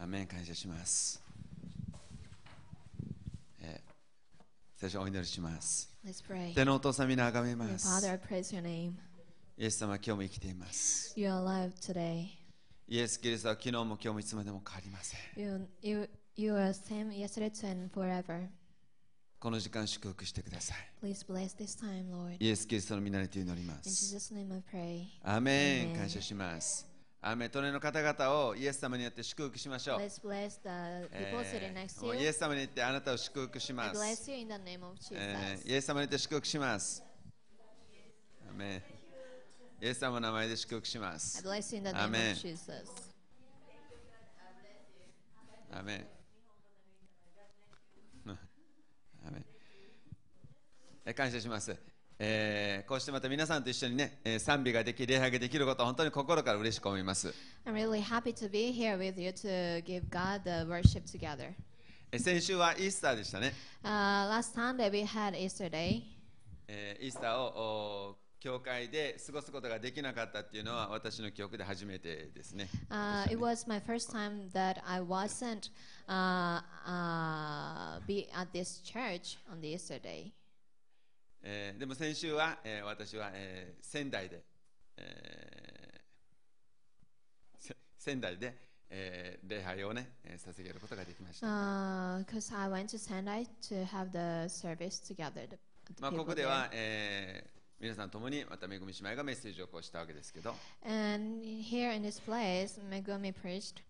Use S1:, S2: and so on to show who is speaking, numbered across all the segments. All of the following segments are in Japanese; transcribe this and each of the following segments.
S1: アーメン感謝します、えー最初お祈りします
S2: Let's pray.
S1: 天のお父さん皆あがめ
S2: Dear
S1: ます
S2: Father, I praise your name.
S1: イエス様今日も生きています
S2: You are alive today.
S1: イエス・キリストは昨日も今日もいつまでも変わりません
S2: You, you, you are same yesterday today, and forever.
S1: この時間祝福してくださ
S2: Please bless this time, Lord.
S1: いイエス・キリストの皆にて祈りま
S2: In
S1: す
S2: Jesus' name I pray.
S1: アーメ
S2: アー
S1: ン
S2: メン
S1: 感謝しますアーメン隣の方々をイエス様によって祝福しましょう
S2: Let's bless the
S1: Eh.
S2: people sitting
S1: え
S2: next
S1: ー、
S2: to
S1: もうイ
S2: you.
S1: エス様に言ってあなたを祝福し
S2: I
S1: ます
S2: bless you in the name of
S1: え
S2: Jesus.
S1: ーイエス様によって祝福します。アーメンイエス様の名前で祝福しま
S2: I
S1: す。
S2: bless you in the name
S1: Amen.
S2: of Jesus.
S1: アーメン うんアーメンえ感謝します。えーこうしてまた皆さんと一緒にね、えー賛美ができ、礼拝ができることを本当に心から嬉しく思います。
S2: I'm really happy to be here with you to give God the worship together.
S1: えー先週はイースターでしたね。
S2: Uh, last Sunday we had Easter Day.
S1: えーイースターをおー教会で過ごすことができなかったっていうのは私の記憶で初めてですね。
S2: Uh, it was my first time that I wasn't uh, uh, be at this church on the Easter day.
S1: えーでも先週は、えー私は、えー仙台で、えーせ仙台で、えー礼拝をね、えー捧げることができました。
S2: Because Uh, I went to Sendai to have the service together. The, the
S1: まあ、こ
S2: people
S1: こで
S2: there.
S1: は、えー皆さんともにまためぐみ姉妹がメッセージをこうしたわけですけど、
S2: And here in this place, Megumi preached.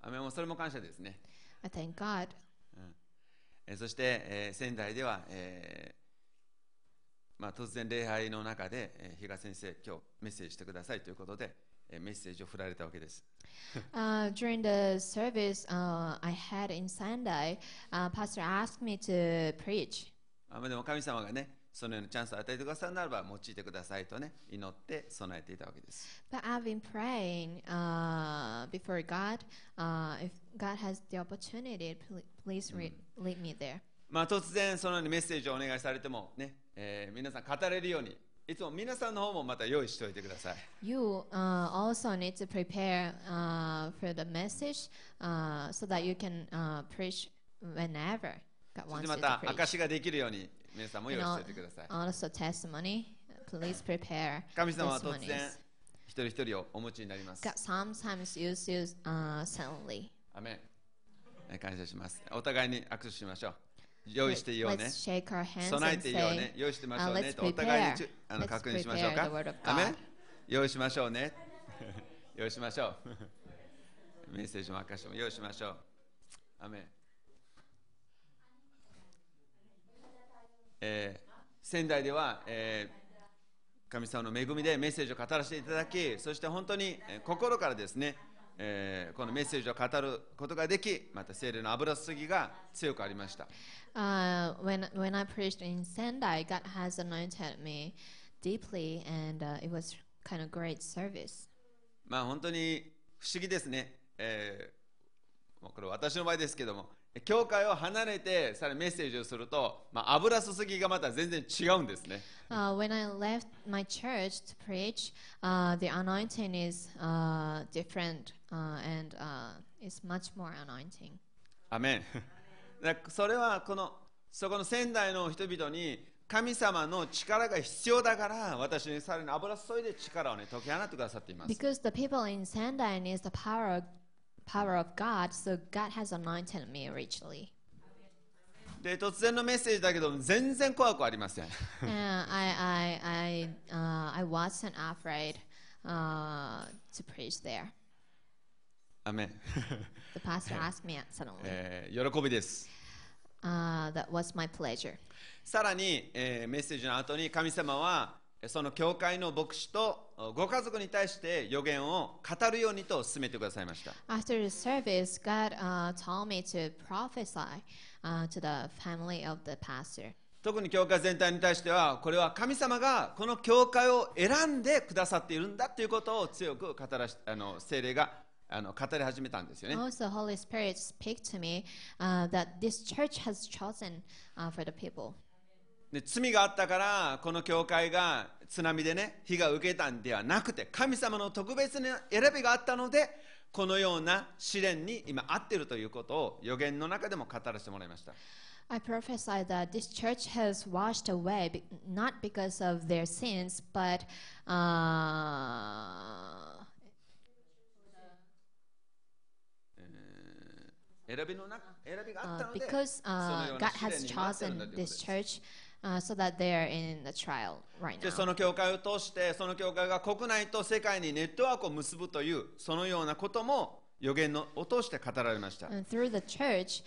S1: あもうそれも感謝ですね。
S2: I thank
S1: えー
S2: God.
S1: そして、えー仙台では、えーまあ、突然礼拝の中で、えー比嘉先生、今日メッセージしてくださいということで、えーメッセージを振られたわけです。
S2: Uh, during the service uh, I had in Sendai, uh, Pastor asked me to preach.
S1: あまあでも神様がねそのようなチャンスを与えてくださるならば用いてくださいとね祈って備えていたわけです、
S2: But I've been praying uh, before God. Uh, if God has the opportunity, pl- please re- lead me there.
S1: まあ、突然そのようにメッセージをお願いされてもね、えー皆さん語れるようにいつも皆さんの方もまた用意しておいてください
S2: You uh, also need to prepare uh, for the message uh, so that you can uh, preach whenever God
S1: そし
S2: wants
S1: て
S2: you
S1: ま
S2: to
S1: た
S2: preach.
S1: 証しができるように皆さんも用
S2: And
S1: 意し
S2: al-
S1: ておいてください
S2: also testimony. Please prepare
S1: 神様は突然
S2: testimonies.
S1: 一人一人をお持ちになります
S2: God sometimes uses you uh, suddenly.
S1: アメンえー感謝しますお互いに握手しましょう用意していようね
S2: Let's shake our hands
S1: 備え
S2: and
S1: ていようね
S2: say,
S1: 用意してましょう
S2: Uh,
S1: ね
S2: let's
S1: とお互いに
S2: prepare.
S1: ちゅあの
S2: Let's
S1: 確認しましょうか
S2: prepare the word of
S1: アメン
S2: God.
S1: 用意しましょうね 用意しましょう メッセージも証しも用意しましょうアメンえー仙台では、えー神様の恵みでメッセージを語らせていただきそして本当にえー心からですね、えーこのメッセージを語ることができまた聖霊の油注ぎが強くありました、
S2: Uh, when when I preached in Sendai, God has anointed me deeply, and uh, it was kind of great service.
S1: まあ本当に不思議ですね、えーもうこれ私の場合ですけども教会を離れてさらにメッセージをすると、まあ、油注ぎがまた全然違うんですね
S2: Uh, when I left my church to preach, uh, the anointing is uh, different, uh, and uh, it's much more anointing.
S1: アメンだからそれはこのそこの仙台の人々に神様の力が必要だから私にさらに油注いで力をね解き放ってくださっています
S2: Because the people in Sendai needs the power of, power of God, so God has anointed me richly.
S1: で突然のメッセージだけど全然怖くありません
S2: Uh, I I I uh, I wasn't afraid uh, to preach there.
S1: ア メン、
S2: The pastor asked me suddenly.
S1: えー喜びです
S2: Uh, that was my pleasure.
S1: さらに、えーメッセージの後に神様はえーその教会の牧師とおご家族に対して予言を語るようにと進めてくださいました
S2: After the service, God uh, told me to prophesy uh, to the family of the pastor.
S1: 特に教会全体に対してはこれは神様がこの教会を選んでくださっているんだということを強く語らしあの精霊があの語り始めたんですよね
S2: Also, Holy Spirit speak to me uh, that this church has chosen uh, for the people.
S1: で罪があったからこの教会が津波でね被害を受けたんではなくて神様の特別な選びがあったのでこのような試練に今合っているということを予言の中でも語らせてもらいました。
S2: I prophesy that this church has washed away, be- not because of their sins, but uh,
S1: 選びのな選びがあっ
S2: uh,
S1: たので、
S2: because
S1: その
S2: uh,
S1: よう
S2: God
S1: な試練
S2: has
S1: にも合ってるんだということで
S2: chosen this
S1: す。
S2: church uh, so that they are in the trial right
S1: でそ
S2: now.
S1: の教会を通してその教会が国内と世界にネットワークを結ぶというそのようなことも予言のを通して語られました、
S2: And through the church,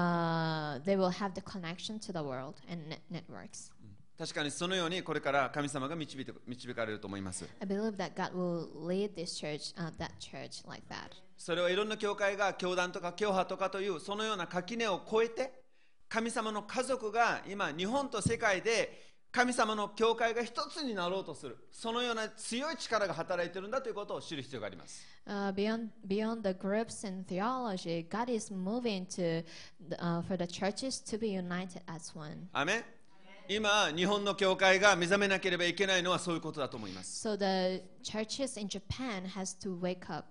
S2: uh, they will have the connection to the world and net- networks.
S1: 確かにそのようにこれから神様が導いて導かれると思います
S2: I believe that God will lead this church, uh, that church, like that.
S1: それはいろんな教会が教団とか教派とかというそのような垣根を越えて神様の家族が今日本と世界で神様の教会が一つになろうとするそのような強い力が働いているんだということを知る必要があります
S2: Uh, beyond beyond the groups and theology, God is moving to the, uh, for the churches to be united as one.
S1: アーメン今日本の教会が目覚めなければいけないのはそういうことだと思います
S2: So the churches in Japan has to wake up.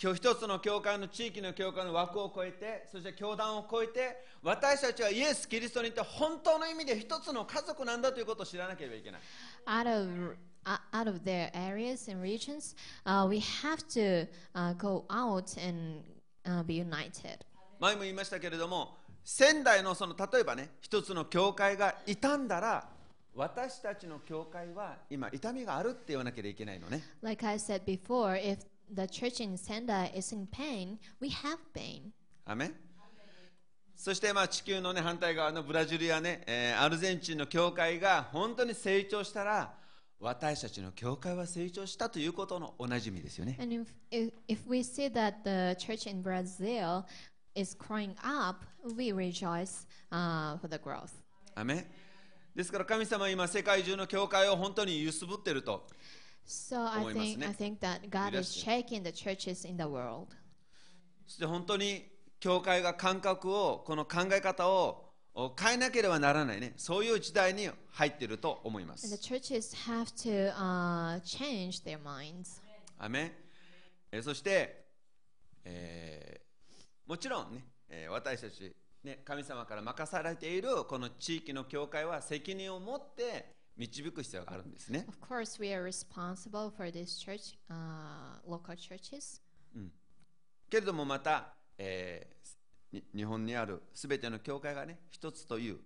S1: 今日一つの教会の地域の教会の枠を超えてそして教団を超えて私たちはイエス・キリストによって本当の意味で一つの家族なんだということを知らなければいけない
S2: Out of uh, out of their areas and regions, uh, we have to uh, go out and uh, be united.
S1: 前も言いましたけれども仙台のその例えばね一つの教会が傷んだら私たちの教会は今痛みがあるって言わなければいけないのね
S2: Like I said before, if the church in Sendai is in pain, we have pain.
S1: アメンそしてまあ地球の、ね、反対側のブラジルや、ねえーアルゼンチンの教会が本当に成長したら私たちの教会は成長したということのおなじみですよね。
S2: And if, if, if we see that the church in Brazil is growing up, we rejoice uh, for the growth.
S1: アメンですから神様は今世界中の教会を本当に揺すぶってると
S2: So I
S1: 思
S2: think,
S1: いますね。
S2: I think that God is
S1: 揺らして。
S2: shaking the churches in the world.
S1: そして本当に教会が感覚をこの考え方をお変えなければならないねそういう時代に入っていると思いま
S2: And the
S1: す。
S2: churches have to uh, change their minds.
S1: アメンえーそして、えーもちろんね、えー私たち、ね、神様から任されているこの地域の教会は責任を持って導く必要があるんですね。
S2: Of course, we are responsible for this church, uh, local churches.
S1: けれどもまた、えーに日本にあるすべての教会がね一つという、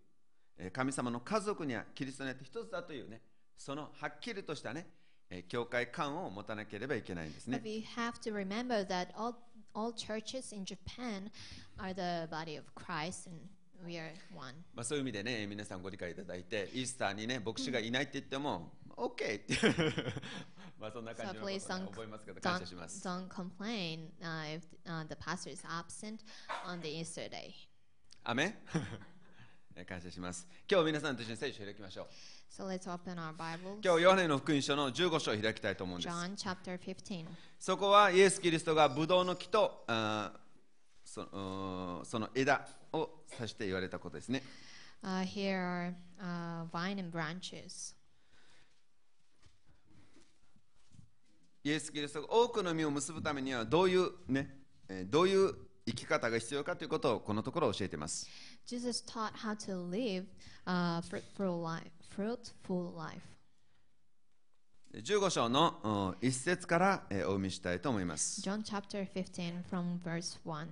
S1: えー神様の家族にはキリストにあって一つだというねそのはっきりとしたね、えー教会観を持たなければいけないんです
S2: But
S1: ね
S2: we have to remember that all, all churches in Japan are the body of Christ and we are one.
S1: まあ、そういう意味でね皆さんご理解いただいてイースターにね牧師がいないって言っても OK って まあそんな感
S2: So
S1: じのことをね覚
S2: please don't,
S1: えますけど感謝しま
S2: don't,
S1: す
S2: don't complain uh, if uh, the pastor is absent on the Easter day.
S1: アメン え感謝します今日皆さんと一緒に聖書を開きましょう
S2: So let's open our Bibles.
S1: 今日ヨハネの福音書の15章を開きたいと思うんです
S2: John chapter 15.
S1: そこはイエス・キリストがブドウの木とあーそのうーその枝を指して言われたことですね。
S2: Uh, here are uh, vine and branches.
S1: イエス・キリストが多くの実を結ぶためにはどういうね、えーどういう生き方が必要かということをこのところ教えています。
S2: Jesus taught how to live uh, fruitful life. Fruitful life.
S1: 15章の1節からえーお読みしたいと思います。
S2: John chapter 15 from verse 1.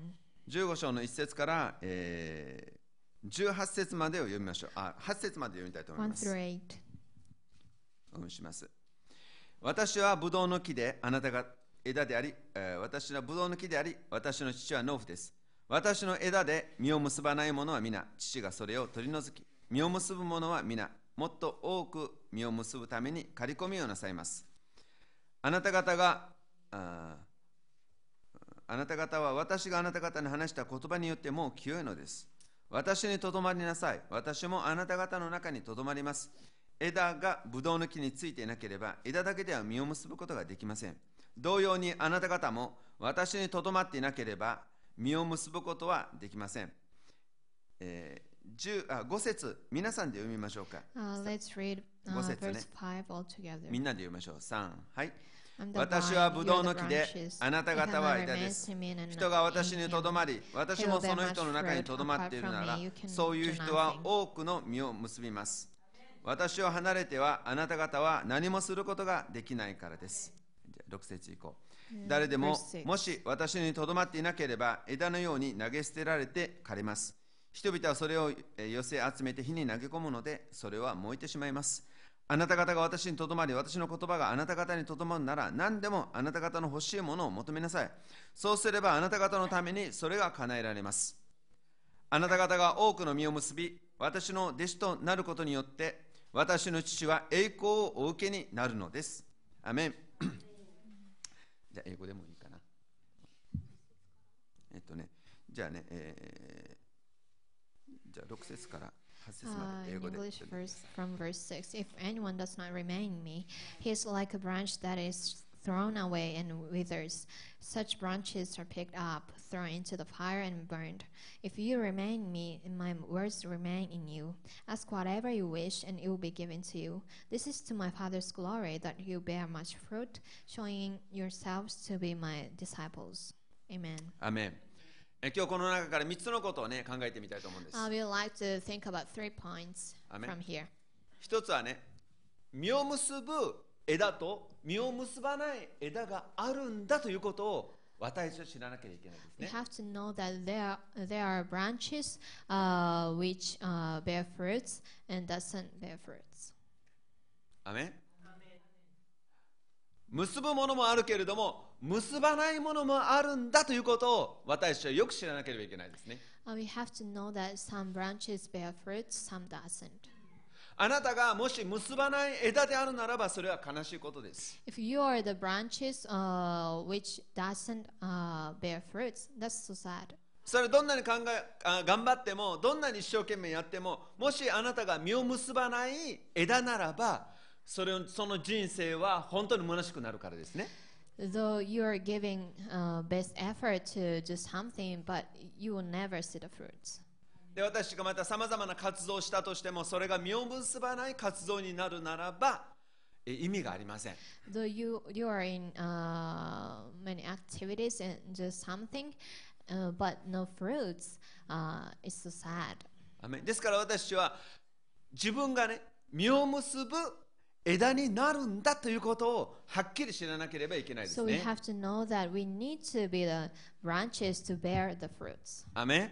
S1: 15章の1節から、えー18節までを読みましょう。あ、8節まで読みたいと思い
S2: 1
S1: ます。
S2: through 8.
S1: お読みします私はブドウの木であなたが枝であり、えー私はブドウの木であり私の父は農夫です私の枝で実を結ばないものは皆父がそれを取り除き実を結ぶものは皆もっと多く実を結ぶために刈り込みをなさいますあなた方があーあなた方は私があなた方に話した言葉によってもう清いのです。私にとどまりなさい。私もあなた方の中にとどまります。枝がブドウの木についていなければ、枝だけでは実を結ぶことができません。同様にあなた方も私にとどまっていなければ、実を結ぶことはできません。えー、10あ5節皆さんで読みましょうか。
S2: Uh, let's read uh,
S1: 五節ね。
S2: verse 5 altogether.
S1: みんなで読みましょう。3、はい。
S2: I'm the
S1: 私は
S2: vine,
S1: ブ
S2: you're
S1: ドウ
S2: the
S1: の木で
S2: branches.
S1: あなた
S2: If a
S1: 方
S2: man
S1: は枝で
S2: remains
S1: す
S2: in me and in
S1: 人が私にとど
S2: him,
S1: まり私もその人の中にとどまっているなら
S2: Till there much fruit apart from me, you can
S1: そういう人
S2: do
S1: は
S2: nothing.
S1: 多くの実を結びます私を離れてはあなた方は何もすることができないからです6節以降誰でも
S2: verse six.
S1: もし私にとどまっていなければ枝のように投げ捨てられて枯れます人々はそれをえー寄せ集めて火に投げ込むのでそれは燃えてしまいますあなた方が私にとどまり私の言葉があなた方にとどまるなら何でもあなた方の欲しいものを求めなさいそうすればあなた方のためにそれが叶えられますあなた方が多くの実を結び、私の弟子となることによって、私の父は栄光をお受けになるのです。アメン。 じゃあ、英語でもいいかな。えっとね、じゃあね、えーじゃあ6節から8節
S2: Uh,
S1: まで英
S2: in
S1: 語で。
S2: English verse from verse 6 If anyone does not remain in me, he is like a branch that is thrown away and withers. Such branches are picked up, thrown into the fire, and burned. If you remain in me, and my words remain in you, ask whatever you wish, and it will be given to you. This is to my Father's glory that you bear much fruit, showing yourselves to be my disciples. Amen.
S1: アメン。え今日この中から3つのことをね、考えてみたいと思うんです。
S2: I Uh, would like to think about three points
S1: Amen.
S2: from here.
S1: 一つはね、実を結ぶ枝と実を結ばない枝があるんだということを私たちは知らなきゃいけないで
S2: We
S1: すね。
S2: have to know that there there are branches uh, which uh, bear fruits and doesn't bear fruits.
S1: アメン結ぶものもあるけれども、結ばないものもあるんだということを私たちはよく知らなければいけないですね。
S2: Uh, we have to know that some branches bear fruits, some doesn't.
S1: あなたがもし結ばない枝であるならばそれは悲しいことです。
S2: If you are the branches uh, which doesn't uh, bear fruits, that's so sad.
S1: それどんなに考えあ頑張ってもどんなに一生懸命やってももしあなたが実を結ばない枝ならばそれをその人生は本当に虚しくなるからですね
S2: Though you are giving uh, best effort to do something, but you will never see the fruits.
S1: で私がまたさまざまな活動をしたとしてもそれが実を結ばない活動になるならばえ意味がありません
S2: Though you you are in uh, many activities and do something, uh, but no fruits, uh, it's so sad.
S1: アメンですから私は自分がね実を結ぶ枝になるんだということをはっきり知らなければいけないです
S2: So we
S1: ね
S2: have to know that we need to be the branches to bear the fruits.
S1: アメン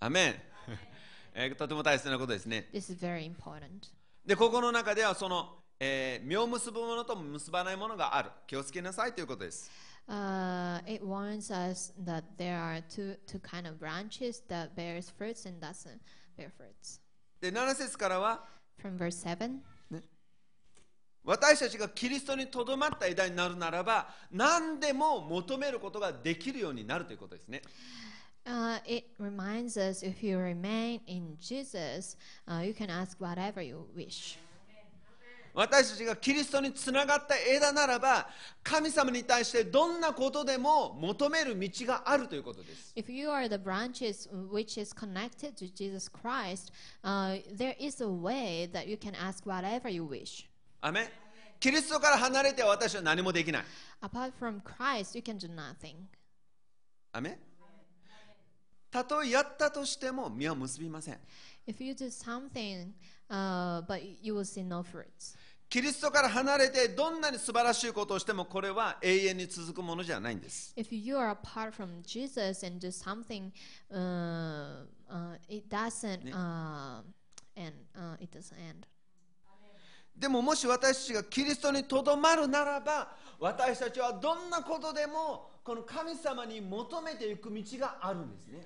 S1: アメン えーとても大切なことですね
S2: This is very important.
S1: でここの中ではその、えー実を結ぶものとも結ばないものがある気をつけなさいということです
S2: Uh, it warns us that there are two two kind of branches that bears fruits and doesn't bear fruits.
S1: で7節からは
S2: From verse seven.
S1: 私たちがキリストにとどまった枝になるならば何でも求めることができるようになるということですね
S2: Uh, it reminds us if you remain in Jesus, uh, you can ask whatever you wish.
S1: 私たちがキリストにつながった枝ならば神様に対してどんなことでも求める道があるということです
S2: If you are the branches which is connected to Jesus Christ, uh, there is a way that you can ask whatever you wish.
S1: アメンキリストから離れては私は何もできない
S2: Apart from Christ, you can do nothing.
S1: アメンたとえやったとしても実は結びません
S2: If you do something, uh, but you will see no fruits.
S1: キリストから離れてどんなに素晴らしいことをしてもこれは永遠に続くものじゃないんです
S2: If you are apart from Jesus and do something, uh, uh, it doesn't uh, end. Uh, it doesn't end.
S1: でももし私たちがキリストにとどまるならば私たちはどんなことでもこの神様に求めていく道があるんですね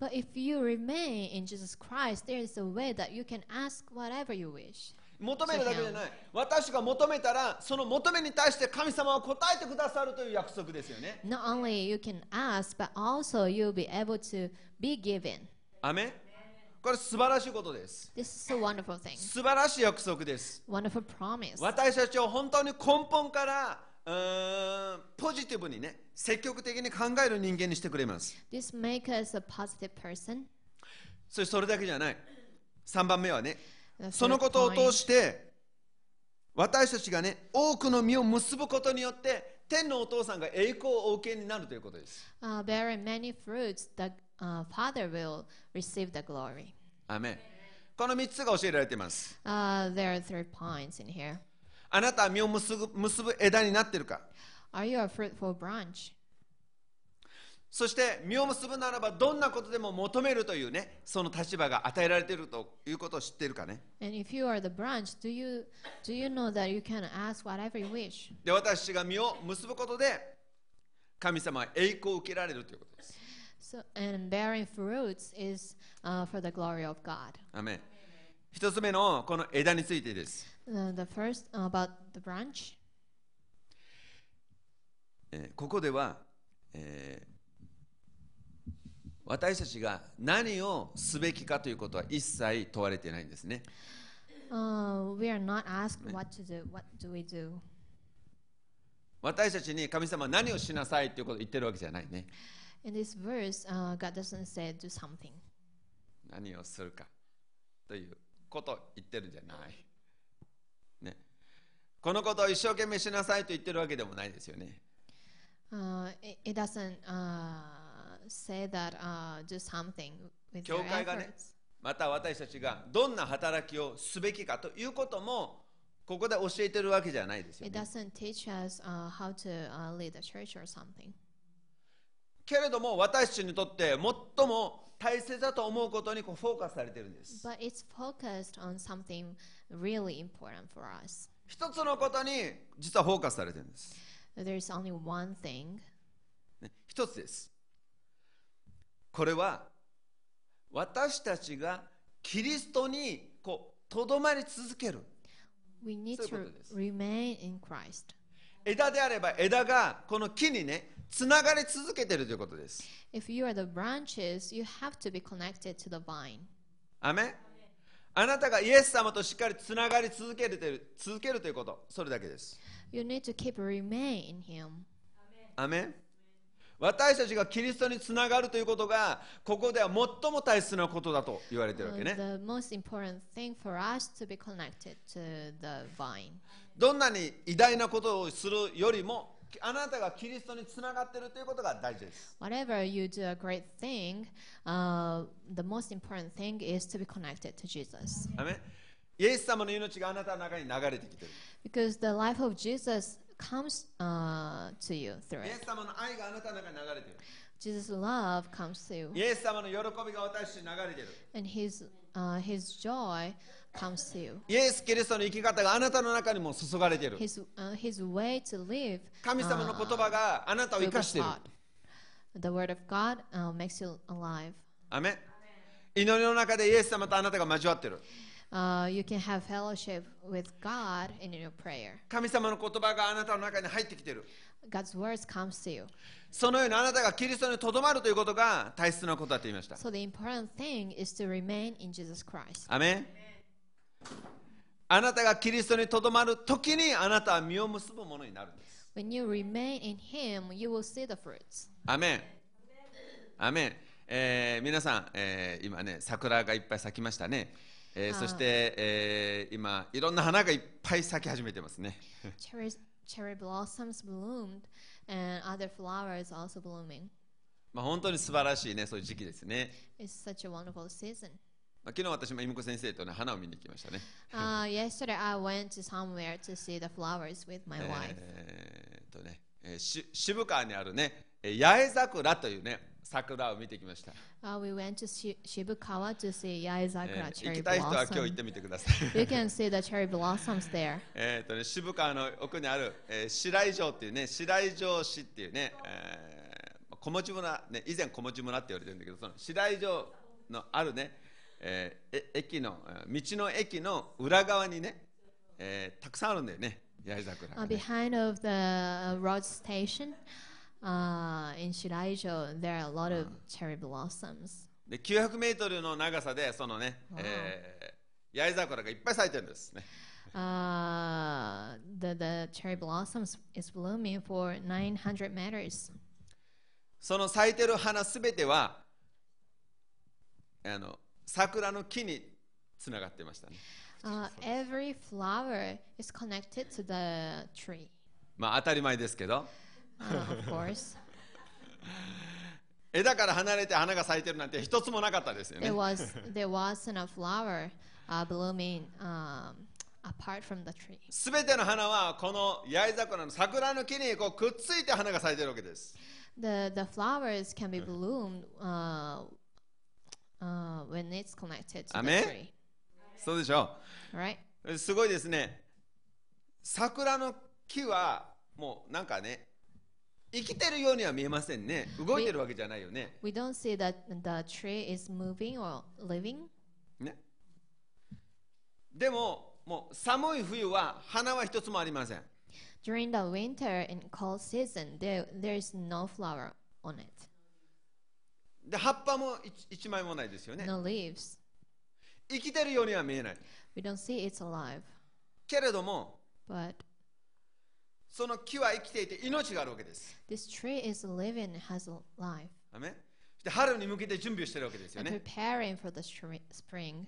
S2: But if you remain in Jesus Christ, there is a way that you can ask whatever you wish.
S1: 求めるだけじゃない私が求めたらその求めに対して神様は答えてくださるという約束ですよね
S2: Not only you can ask, but also you'll be able to be given.
S1: アメンこれ素晴らしいことです
S2: This is a wonderful thing,
S1: 素晴らしい約束です
S2: wonderful promise.
S1: 私たちを本当に根本からうーんポジティブにね積極的に考える人間にしてくれます
S2: This makes us a positive person.
S1: それそれだけじゃない3番目はね
S2: The
S1: その
S2: third
S1: ことを
S2: point.
S1: 通して私たちがね、多くの実を結ぶことによって、天のお父さんが栄光をお受けになるということです。
S2: Uh, bearing many fruits, the uh, Father will receive the glory.
S1: アメンこの3つが教えられています。
S2: Uh, there are three points in here.
S1: あなたは実を結ぶ結ぶ枝になっているか
S2: Are you a fruitful branch?
S1: そして実を結ぶならばどんなことでも求めるというねその立場が与えられているということを知っているかね
S2: And if you are the branch, do you do you know that you can ask whatever you wish?
S1: で私が実を結ぶことで神様は栄光を受けられるということです
S2: So, and bearing fruits is uh, for the glory of God.
S1: アーメン一つ目のこの枝についてです
S2: Uh, the first about the branch.
S1: えーここでは、えー私たちが何をすべきかということは一切問われていないんですね
S2: Uh, we are not asked what to do. What do we do?
S1: 私たちに神様は何をしなさいということを言ってるわけじゃないね
S2: In this verse, uh, God doesn't say do something.
S1: 何をするかということを言ってるんじゃない。ね、このことを一生懸命しなさいと言ってるわけでもないですよね。
S2: Uh, it, it doesn't uh, say that uh, do something with your
S1: 教会がね、
S2: efforts.
S1: また私たちがどんな働きをすべきかということもここで教えてるわけじゃないですよ
S2: It
S1: ね。
S2: doesn't teach us uh, how to uh, lead a church or something.
S1: けれども私たちにとって最も大切だと思うことにこうフォーカスされてるんです。
S2: But it's focused on something really important for us.
S1: 一つのことに実はフォーカスされてるんです。
S2: There's only one thing.
S1: ね一つです。これは私たちがキリストにこうとどまり続ける
S2: We need to
S1: そういうことです。
S2: remain in Christ.
S1: 枝であれば枝がこの木にねつながり続けてるということです。
S2: If you are the branches, you haveとbe connected to the vine.
S1: アメンあなたがイエス様としっかりつながり続けてる続けるということそれだけです。
S2: You need to keep remain in Him.
S1: アメン私たちがキリストにつながるということがここでは最も大切なことだと言われてるわ
S2: Uh,
S1: けね。
S2: the most important thing for us to be connected to the vine.
S1: どんなに偉大なことをするよりもあなたがキリストにつながっているということが大事です。
S2: Whatever you do a great thing, uh, the most important thing is to be connected to Jesus.
S1: アメンイエス様の命があなたの中に流れてきている。
S2: Because the life of Jesus comes uh, to you through
S1: イエ
S2: it.
S1: ス様の愛があなたの中に流れている。
S2: Jesus' love comes to you,
S1: イエス様の喜びが私たちに流れている。
S2: and His uh, His joy comes to you.
S1: イエス・キリストの生き方があなたの中にも注がれている。
S2: His uh, His way to live.
S1: 神様の
S2: uh,
S1: 言葉があなたを
S2: will
S1: 生
S2: be
S1: かしている。
S2: taught. The word of God uh, makes you alive.
S1: アメン祈りの中でイエス様とあなたが交わっている。
S2: Uh, you can have fellowship with God in your prayer.
S1: 神様の言葉があなたの中に入ってきている。
S2: God's words comes to you.
S1: そのようにあなたがキリストにとどまるということが大切なことだと言いました。
S2: So the important thing is to remain in Jesus Christ.
S1: アメンあなたがキリストにとどまるときにあなたは実を結ぶものになるんです。
S2: When you remain in Him, you will see the fruits.
S1: アメンアメン、えー皆さん、えー今ね、桜がいっぱい咲きましたね。えー
S2: あー
S1: そして、えー今、いろんな花がいっぱい咲き始めてますね。
S2: Cherry cherry blossoms bloomed, and other flowers also blooming.
S1: まあ本当に素晴らしいね、そういう時期ですね。
S2: It's such a wonderful season.
S1: まあ昨日私も恵美子先生とね、花を見に行きましたね。
S2: Uh, yesterday, I went to somewhere to see the flowers with my wife.
S1: えーっとね、えーし渋川にあるね、えー八重桜というね、桜を見てきました。
S2: Uh, we went to Shi- Shibukawa to see Yaezakura
S1: えー行
S2: cherry
S1: きたい人は今日行っ
S2: blossom.
S1: てみてください。
S2: You can see the cherry blossoms there.
S1: えーっとね、渋川の奥にある、えー白井城っていうね、白井城市っていうね、えー小持村、ね、以前小持村って言われてるんだけど、その白井城のあるね、えーえ駅の、えー道の駅の裏側にね、えーたくさんあるんだよね、八重桜が
S2: Uh,
S1: ね、
S2: behind of the uh, road station uh, in Shiraijo, there are a lot of cherry blossoms.
S1: で、900メートルの長さで、そのね、えー八重桜がいっぱい咲いてるんですね。
S2: Uh, the, the cherry blossoms is blooming for 900 meters.
S1: その咲いてる花すべてはあの桜の木につながってましたね。
S2: Uh, every flower is connected to the tree,
S1: まあ当たり前ですけど
S2: uh, of course.
S1: 枝から離れて花が咲いてるなんて一つもなかったですよね
S2: There was there wasn't a flower uh, blooming um, apart from the tree.
S1: すべての花はこの八重桜の桜の木にこうくっついて花が咲いてるわけです。
S2: The the flowers can be bloomed uh, uh, when it's connected to
S1: Amen.
S2: the tree,
S1: そうでしょ
S2: right?
S1: うすごいですね。桜の木はもうなんかね、生きてるようには見えませんね。動いてるわけじゃないよね。
S2: We don't see that the tree is moving or living,
S1: ねでも、もう寒い冬は花は一つもありません。
S2: During the winter and cold season, there there is no flower on it,
S1: で、葉っぱも一一枚もないですよね。
S2: no leaves.
S1: 生きてるようには見えない。
S2: We don't see it's alive,
S1: けれども、
S2: but
S1: その木は生きていて命があるわけです。
S2: this tree is living, has a life,
S1: アメンそして春に向けて準備をしてるわけですよ
S2: and
S1: ね。
S2: preparing for the shri- spring,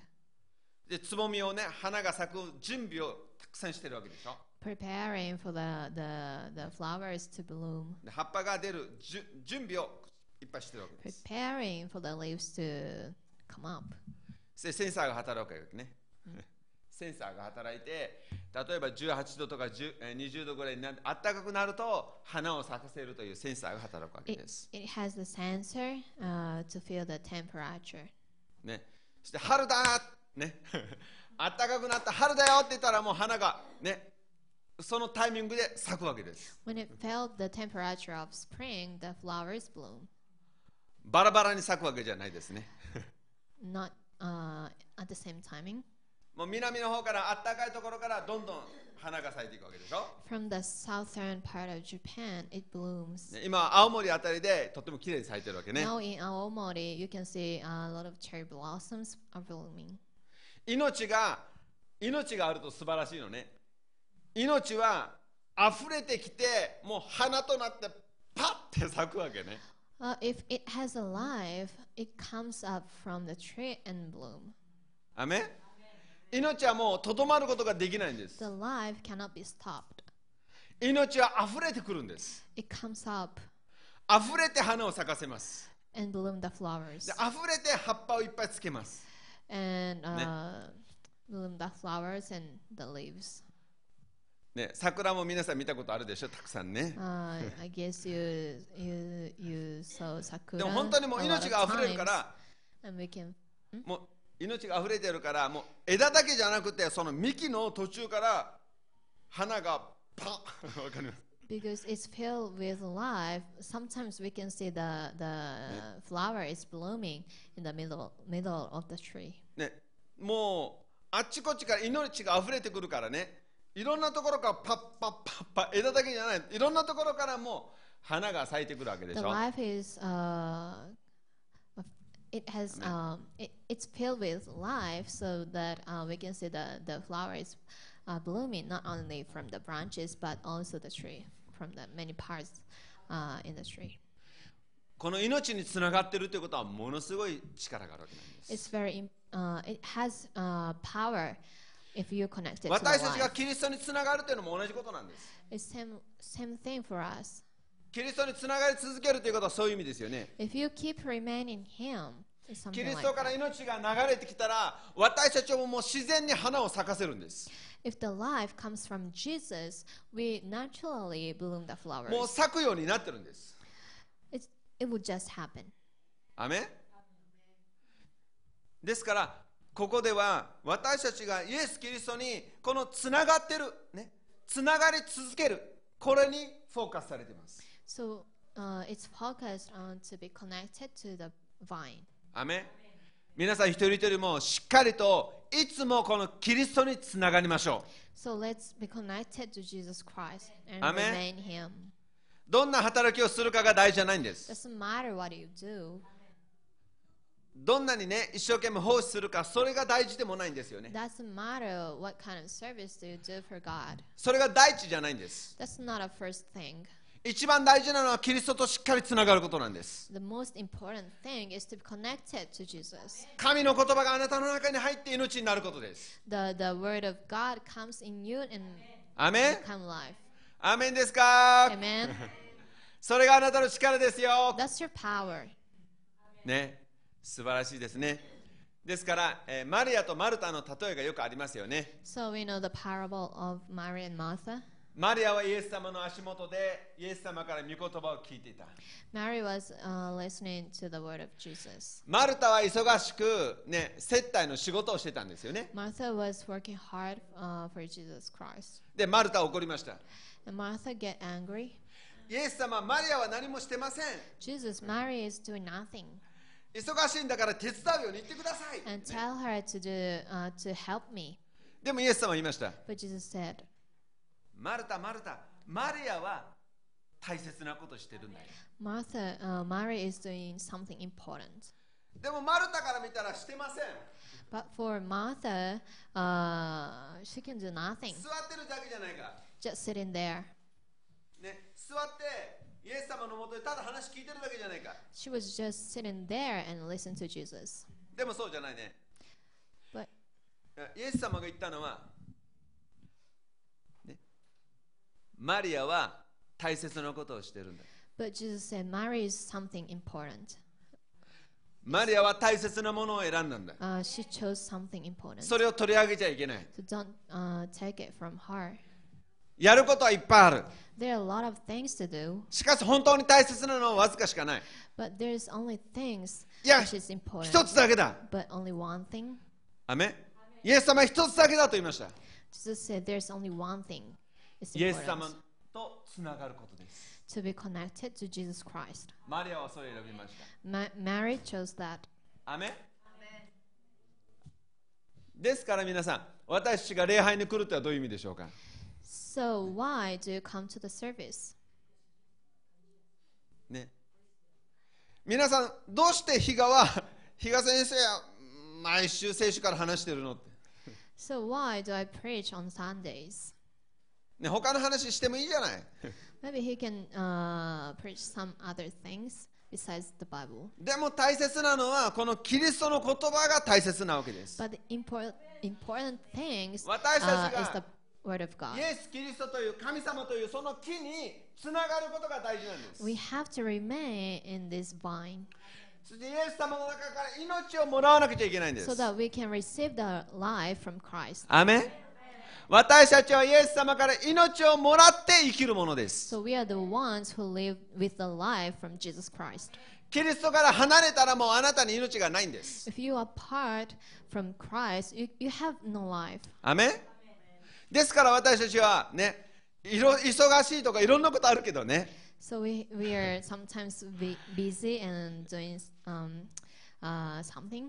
S1: でつぼみをね花が咲く準備をたくさんしてるわけでしょ
S2: preparing for the the, the flowers to bloom,
S1: で葉っぱが出るじゅ準備をいっぱいしてるわけです
S2: preparing for the leaves to come up.
S1: でセンサーが働くわけね センサーが働いて例えば18度とか10えー20度ぐらいになって暖かくなると花を咲かせるというセンサーが働くわけ
S2: It,
S1: です、
S2: it has the sensor uh, to feel the temperature.
S1: ね、そして春だーね 暖かくなった春だよって言ったらもう花がねそのタイミングで咲くわけです
S2: When it felt the temperature of spring, the flowers bloom.
S1: バラバラに咲くわけじゃないですね
S2: not uh, at the same timing.
S1: もう南の方からあったかいところからどんどん花が咲いていくわけでしょ、
S2: From the southern part of Japan, it blooms.
S1: ね今青森あたりでとっても綺麗に咲いてるわけね
S2: Now in Aomori, you can see uh, a lot of cherry blossoms are blooming.
S1: 命が命があると素晴らしいのね命は溢れてきてもう花となってパッて咲くわけね
S2: Uh, if it has a life, it comes up from the tree and bloom.
S1: アメン命はもうとどまることができないんです
S2: The life cannot be stopped.
S1: 命は溢れてくるんです
S2: It comes up
S1: 溢れて花を咲かせます
S2: and bloom the
S1: で
S2: flowers
S1: 溢れて葉っぱをいっぱいつけます
S2: and uh, bloom the flowers and the leaves.
S1: ね桜も皆さん見たことあるでしょたくさんね
S2: Uh, I guess you you you saw sakura.
S1: でも本当にもう
S2: a lot
S1: 命
S2: of
S1: が溢れるか
S2: times.
S1: ら
S2: And we can
S1: もう命が溢れてるからもう枝だけじゃなくてその幹の途中から花がパッ わかります
S2: because it's filled with life. Sometimes we can see the the flower is blooming in the middle middle of the tree.
S1: ねもうあっちこっちから命が溢れてくるからねいろんなところからパッパッパッパ枝だけじゃないいろんなところからもう花が咲いてくるわけでし
S2: The
S1: ょ
S2: life is uh, of- it has um, it, it's filled with life, so that uh, we can see the the flower is uh, blooming not only from the branches but also the tree from the many parts uh, in the tree.
S1: この命につながってるということはものすごい力があるわけなんです
S2: It's very im- uh, it has uh, power if you connect it to the
S1: 私たちが
S2: life.
S1: キリストにつながるというのも同じことなんです
S2: It's same same thing for us.
S1: キリストにつながり続けるということはそういう意味ですよね
S2: If you keep remaining Him, it's
S1: キリ
S2: something like
S1: ストから命が流れてきたら私たちはもう自然に花を咲かせるんです
S2: If the life comes from Jesus, we naturally bloom the
S1: もう
S2: flowers.
S1: 咲くようになってるんです
S2: It's, it would just happen.
S1: アメンですからここでは私たちがイエス・キリストにこのつながってるねつながり続けるこれにフォーカスされています
S2: So uh, it's focused on to be connected to the vine.
S1: アメン皆さん一人一人もしっかりといつもこのキリストにつながりましょ
S2: So let's be connected to Jesus Christ and
S1: Amen.
S2: remain Him.
S1: うどんな働きをするかが大事じゃないんです
S2: Doesn't matter what you do.
S1: どんなにね一生懸命奉仕するかそれが大事でもないんですよね
S2: Doesn't matter what kind of service do you do for God.
S1: それが第一じゃないんです。
S2: That's not a first thing.
S1: 一番大事なのはキリストとしっかりつながることなんです。
S2: The most important thing is to be connected to Jesus.
S1: 神の言葉があなたの中に入って命になることです。
S2: The, the word of God comes in you and
S1: アメン
S2: become life.
S1: アーメンですか
S2: Amen.
S1: それがあなたの力ですよ。
S2: That's your power.
S1: ね、素晴らしいですね。ですから、えーマリアとマルタの例えがよくありますよね。
S2: So we know the parable of Mary and Martha.
S1: マリアはイエス様の足元でイエス様から御言葉を聞いていた。
S2: Mary was uh, listening to the word of Jesus.
S1: マルタは忙しく、ね、接待の仕事をしてたんですよね。
S2: Martha was working hard uh, for Jesus Christ.
S1: で、マルタは怒りました。
S2: And Martha get angry.
S1: イエス様、マリアは何もしてません。
S2: Jesus, Mary is doing nothing.
S1: 忙しいんだから手伝うように言ってください。
S2: And tell her to do uh, to help me.
S1: でもイエス様は言いました。
S2: But Jesus said,
S1: マルタ、マルタ、マリアは大切なことしてるんだよ。
S2: Martha, uh, Mary is doing something important.
S1: でもマルタから見たらしてません。
S2: But for Martha, uh, she can do nothing.
S1: 座ってるだけじゃないから。
S2: Just sitting there.
S1: ね、座ってイエス様のもとでただ話聞いてるだけじゃないか。
S2: She was just sitting there and listen to Jesus.
S1: でもそうじゃないね。
S2: But
S1: イエス様が言ったのは、ね、マリアは大切なことをしてるんだ。
S2: but Jesus said, Mary is something important.
S1: マリアは大切なものを選んだんだ。
S2: Uh, she chose something important.
S1: それを取り上げちゃいけない。
S2: So don't uh, take it from her.
S1: やることはいっぱいある。
S2: There are a lot of things to do,
S1: しかし本当に大切なのはわずかしかない。
S2: but there's only things
S1: いや、
S2: which is
S1: 一
S2: important.
S1: つだけだ。
S2: But only one thing.
S1: アメンイエス様は一つだけだと言いました。
S2: Jesus said, there's only one thing. It's
S1: イエス様
S2: important
S1: とつながることです。
S2: to be connected to Jesus Christ.
S1: マリアはそれを選びました。
S2: Ma- Mary chose that.
S1: アメンですから皆さん、私たちが礼拝に来るとはどういう意味でしょうか
S2: So why do you come to the service?
S1: ね。皆さん、どうして比嘉は、 比嘉先生は毎週聖書から話してるのって。
S2: So why do I preach on Sundays?
S1: ね、他の話してもいいじゃない。
S2: Maybe he can uh, preach some other things besides the Bible.
S1: でも大切なのは、このキリストの言葉が大切なわけです。
S2: But the impor- important things uh,
S1: 私たちが
S2: is the Word of God.
S1: イエス・キリストという神様というその木につながることが大事なんです。
S2: We have to remain in this vine
S1: そしてイエス様の中から命をもらわなくちゃいけないんです
S2: so。that we can receive the life from Christ.
S1: アーメン私たちはイエス様から命をもらって生きるものです。
S2: So we are the ones who live with the life from Jesus Christ.
S1: キリストから離れたらもうあなたに命がないんです。
S2: If you are apart from Christ, you, you have no life.
S1: アーメンですから私たちはね、いろ忙しいとかいろんなことあるけどね、
S2: So we, we are sometimes be busy and doing um, uh, something.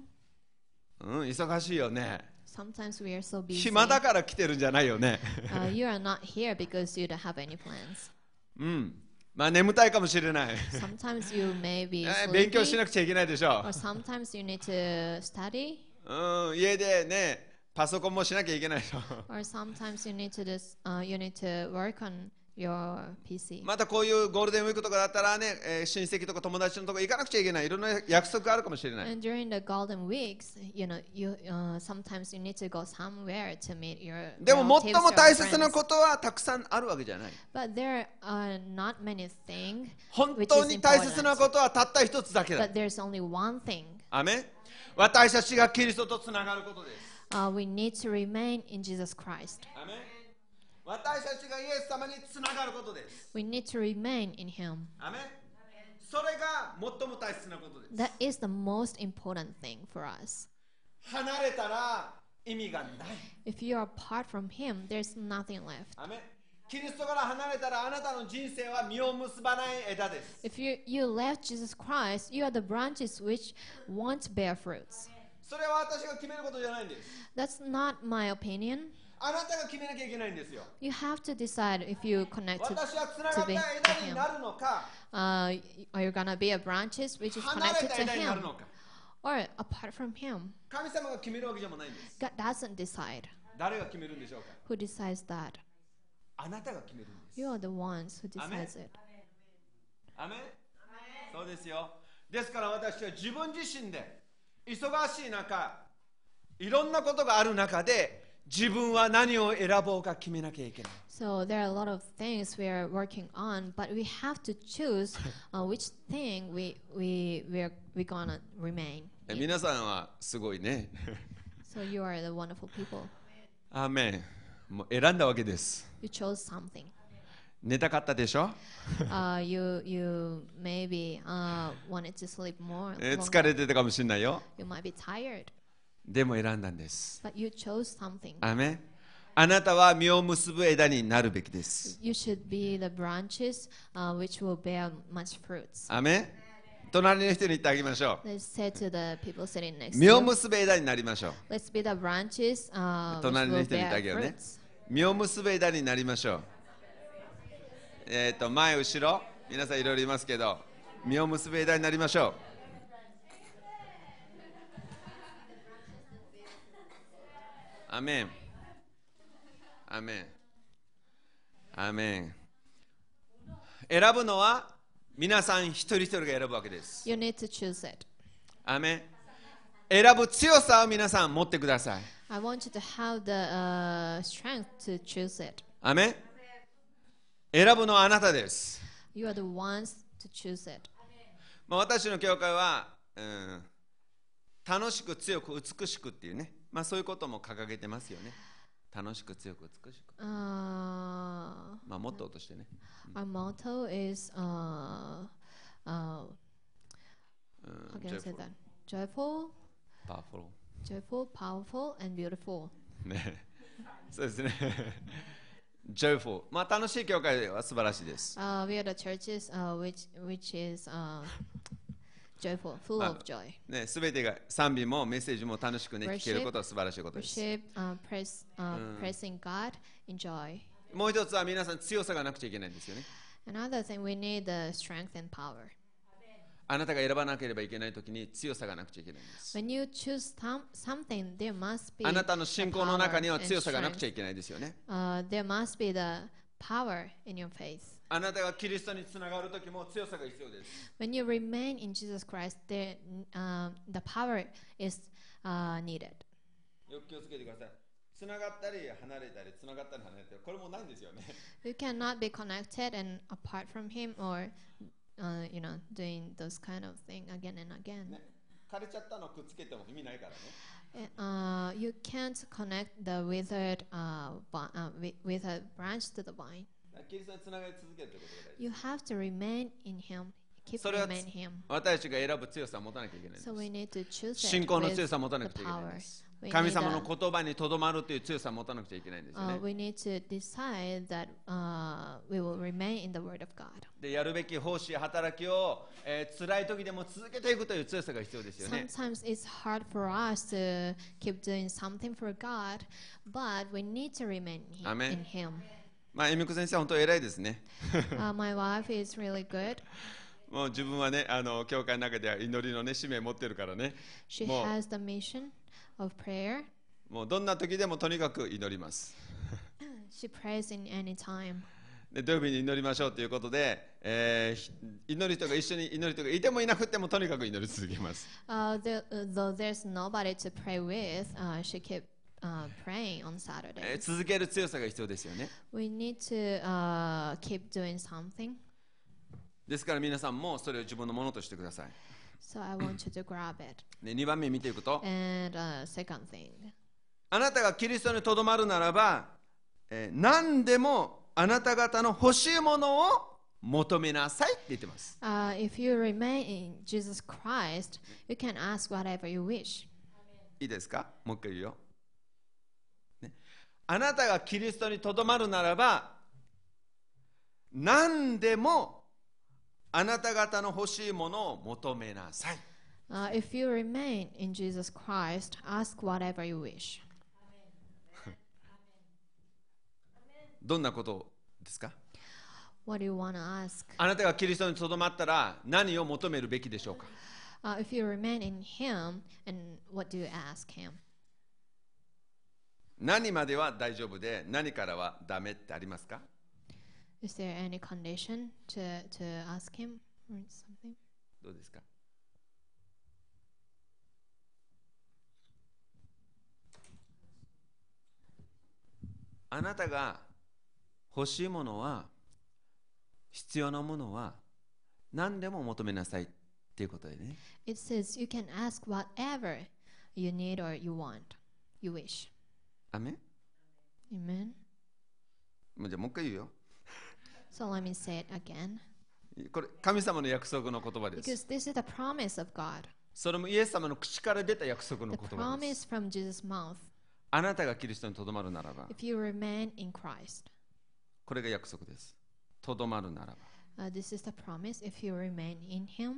S1: うん、忙しいよね。
S2: Sometimes we are so busy.
S1: 暇だから来てるんじゃないよね。
S2: Uh, you are not here because you don't have any plans.
S1: うん。まあ眠たいかもしれない。
S2: Sometimes you may be
S1: えー勉強し
S2: sleepy,
S1: なくちゃいけないでしょ
S2: or sometimes you need to study,
S1: う。うん、家でね、パソコンもしなきゃいけないで しょ。
S2: or sometimes you need to dis- uh, you need to work on your PC.
S1: またこういうゴールデンウィークとかだったらね、えー親戚とか友達のとこ行かなくちゃいけない。いろんな約束があるかもしれない。
S2: And during the golden weeks, you know, you uh, sometimes you need to go somewhere to meet your
S1: でも最
S2: relatives
S1: も
S2: or
S1: 大切な
S2: friends.
S1: ことはたくさんあるわけじゃない。
S2: But there are not many things
S1: 本
S2: which
S1: 当
S2: is
S1: に大切な
S2: important.
S1: ことはたった一つだけだ
S2: But。there's only one thing.
S1: アメン私たちがキリストとつながることです。
S2: Uh, we need to remain in Jesus Christ.
S1: アメン私たちがイエス様につながることです。
S2: We need to remain in Him.
S1: アメンそれが最も大切なことです。
S2: That is the most important thing for us.
S1: 離れたら意味がない。
S2: If you are apart from Him, there's nothing left.
S1: アメンキリストから離れたらあなたの人生は実を結ばない枝です。
S2: If you, you left Jesus Christ, you are the branches which won't bear fruits.
S1: それは私が決めることじゃないんです。
S2: That's not my opinion.
S1: あなたが決めなきゃいけないんですよ。
S2: You have to decide if you connect to,
S1: 私はつながっ
S2: to
S1: た
S2: be
S1: 枝に
S2: Him.
S1: なるのか、
S2: Uh, are you gonna be a branches which is
S1: 離れ
S2: connected
S1: た
S2: to
S1: 枝にな
S2: Him,
S1: るのか。
S2: or apart from Him?
S1: 神様が決めるわけじゃもないんです。
S2: God doesn't decide.
S1: 誰が決めるんでしょうか
S2: Who decides that?
S1: あなたが決めるんです。
S2: You are the ones who decides it.
S1: アメンそうですよですから私は自分自身で忙しい中いろんなことがある中で自分は何を選ぼうか決めなきゃいけない
S2: So there are a lot of things we are working on, but we have to choose uh, which thing we we we're we gonna remain.
S1: え皆さんはすごいね
S2: So you are the wonderful people.
S1: アーメンもう選んだわけです
S2: You chose something.
S1: 寝たかったでしょ、
S2: Uh, you you maybe uh, wanted to sleep more.
S1: え
S2: longer.
S1: 疲れてたかもしれないよ
S2: You might be tired,
S1: でも選んだんです
S2: but you chose something.
S1: アーメンあなたは実を結ぶ枝になるべきです
S2: You should be the branches uh, which will bear much fruits.
S1: アーメン隣の人に言ってあげましょ
S2: Let's say to the people sitting
S1: う
S2: next
S1: 実
S2: to
S1: を
S2: you.
S1: 結ぶ枝になりましょう
S2: Let's be the branches uh, which
S1: 隣の
S2: will
S1: 人に言ってあげ
S2: bear
S1: ようね
S2: fruits.
S1: 実を結ぶ枝になりましょうえっ、と前後ろ皆さんいろいろいますけど実を結ぶ枝になりましょうアーメンアーメンアーメン選ぶのは皆さん一人一人が選ぶわけです
S2: You need to choose it.
S1: アーメン選ぶ強さを皆さん持ってください
S2: I want you to have the uh, strength to choose it.
S1: アーメン選ぶのはあなたです
S2: You are the ones to choose it.
S1: まあ、私の教会は、うん、楽しく強く美しくっていうね、まあ、そういうことも掲げてますよね楽しく強く美しく、
S2: Uh,
S1: まあ、モットーとしてね
S2: our motto is uh, uh, how
S1: うん
S2: can I say
S1: Joyful,
S2: that? Joyful,
S1: powerful
S2: joyful, powerful, and beautiful.
S1: ねそうですね Joyful まあ楽しい教会は素晴らしいです、
S2: Uh, we are the churches uh, which which is uh, joyful, full
S1: Ah.
S2: of joy.
S1: ね、全てが賛美もメッセージも楽しくね
S2: Worship
S1: 聞けることは素晴らしいことです
S2: Worship, uh, praise, uh, praising God, enjoy.
S1: もう一つは皆さん強さがなくちゃいけないんですよね
S2: Another thing, we need the strength and power.
S1: あなたが選ばなければいけないときに強さがなくちゃいけないんです
S2: When you choose some, something, there must be
S1: あなたの
S2: the
S1: 信仰の中
S2: power
S1: には
S2: and
S1: 強さがなくちゃ
S2: strength.
S1: いけないですよね
S2: Uh, there must be the power in your faith.
S1: あなたがキリストにつながるときも強さが必要です。
S2: When you remain in Jesus Christ, there, um, the power is uh, needed.
S1: よく気をつけてください。つながったり離れたり、つながったり離れたり、これもないんですよね。
S2: You cannot be connected and apart from Him, or uh, you know, doing those kind of thing again and again.
S1: ね枯れちゃったのをくっつけても意味ないからね。
S2: Uh, you can't connect the withered uh, vi- uh, wi- withered branch to the vine.
S1: だからキリストにつながり続けるということが大事。
S2: You have to remain in Him. Keep
S1: それは
S2: remain Him.
S1: 私たちが選ぶ強さを持たなきゃいけないんです
S2: So。we need to choose
S1: 信
S2: it
S1: 仰の強
S2: with
S1: さを持たな
S2: the
S1: くちゃいけないん
S2: power.
S1: です。
S2: We
S1: 神
S2: need,
S1: 様の
S2: uh,
S1: 言葉にとどまるという強さを持たなくちゃいけないんですよ
S2: uh,
S1: ね。
S2: we need to decide that uh, we will remain in the Word of God.
S1: で、やるべき奉仕、働きを、えー、辛い時でも続けていくという強さが必要ですよね。
S2: Sometimes it's hard for us to keep doing something for God, but we need to remain hi-
S1: Amen.
S2: in Him.
S1: まあ、エミコ先生は本当偉いですね。
S2: Uh, my wife is really good.
S1: もう自分はね、あの教会の中では祈りの、ね、使命持ってるからね、
S2: She
S1: もう
S2: has the mission of prayer.
S1: もうどんな時でもとにかく祈ります。
S2: She prays in any time.
S1: で土曜日に祈りましょうということで、えーひ祈る人が一緒に祈る人がいてもいなくてもとにかく祈り続けます。
S2: Uh, the, uh, though there's nobody to pray with, uh, she kept uh, praying on
S1: えー
S2: Saturdays.
S1: 続ける強さが必要ですよね。
S2: We need to uh, keep doing something.
S1: ですから皆さんもそれを自分のものとしてください。
S2: So I want you to grab it.
S1: で2番目見ていくと、
S2: And uh, second thing,
S1: あなたがキリストにとどまるならば、えー何でもあなた方の欲しいものを求めなさいって言ってます。
S2: uh, if you remain in Jesus Christ, you can ask whatever you wish.
S1: いいですかもう一回言うよ、ねあなたがキリストにとどまるならば何でもあなた方の欲しいものを求めなさい
S2: Uh, if you remain in Jesus Christ, ask whatever you wish.
S1: どんなことですか
S2: What do you want to ask?
S1: あなたがキリストにとどまったら何を求めるべきでしょうか
S2: Uh, if you remain in Him, and what do you ask Him?
S1: 何までは大丈夫で何からはダメってありますか
S2: Is there any condition to, to ask Him? or something.
S1: どうですかあなたが欲しいものは必要なものは何でも求めなさいっていうことでね
S2: It says you can ask whatever you need or you want, you wish.
S1: アメン
S2: Amen.
S1: もうじゃあもう一回言うよ
S2: So let me say it again
S1: これ神様の約束の言葉です
S2: because this is the promise of God,
S1: それもイエス様の口から出た約束の
S2: the
S1: 言葉です
S2: promise from Jesus' mouth.
S1: あなたがキリストにとどまるならば
S2: If you remain in Christ,
S1: これが約束ですとどまるならば
S2: uh, this is the promise. If you remain in Him,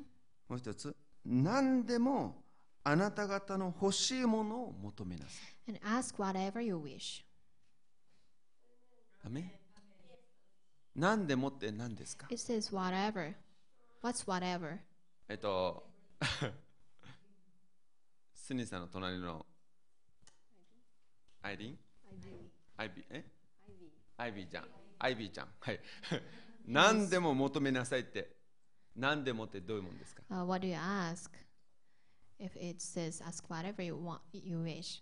S1: もう一つ何でもあなた方の欲しいものを求めなさい
S2: and ask whatever you wish.
S1: アメン何でもって何ですか
S2: It says whatever. What's whatever?
S1: えっと スニーさんの隣のアイリンアイビーえアイビーちゃんアイビーちゃんはい 何でも求めなさいって何でもってどういうもんですか
S2: Uh, what do you ask? If it says ask whatever you want, you wish.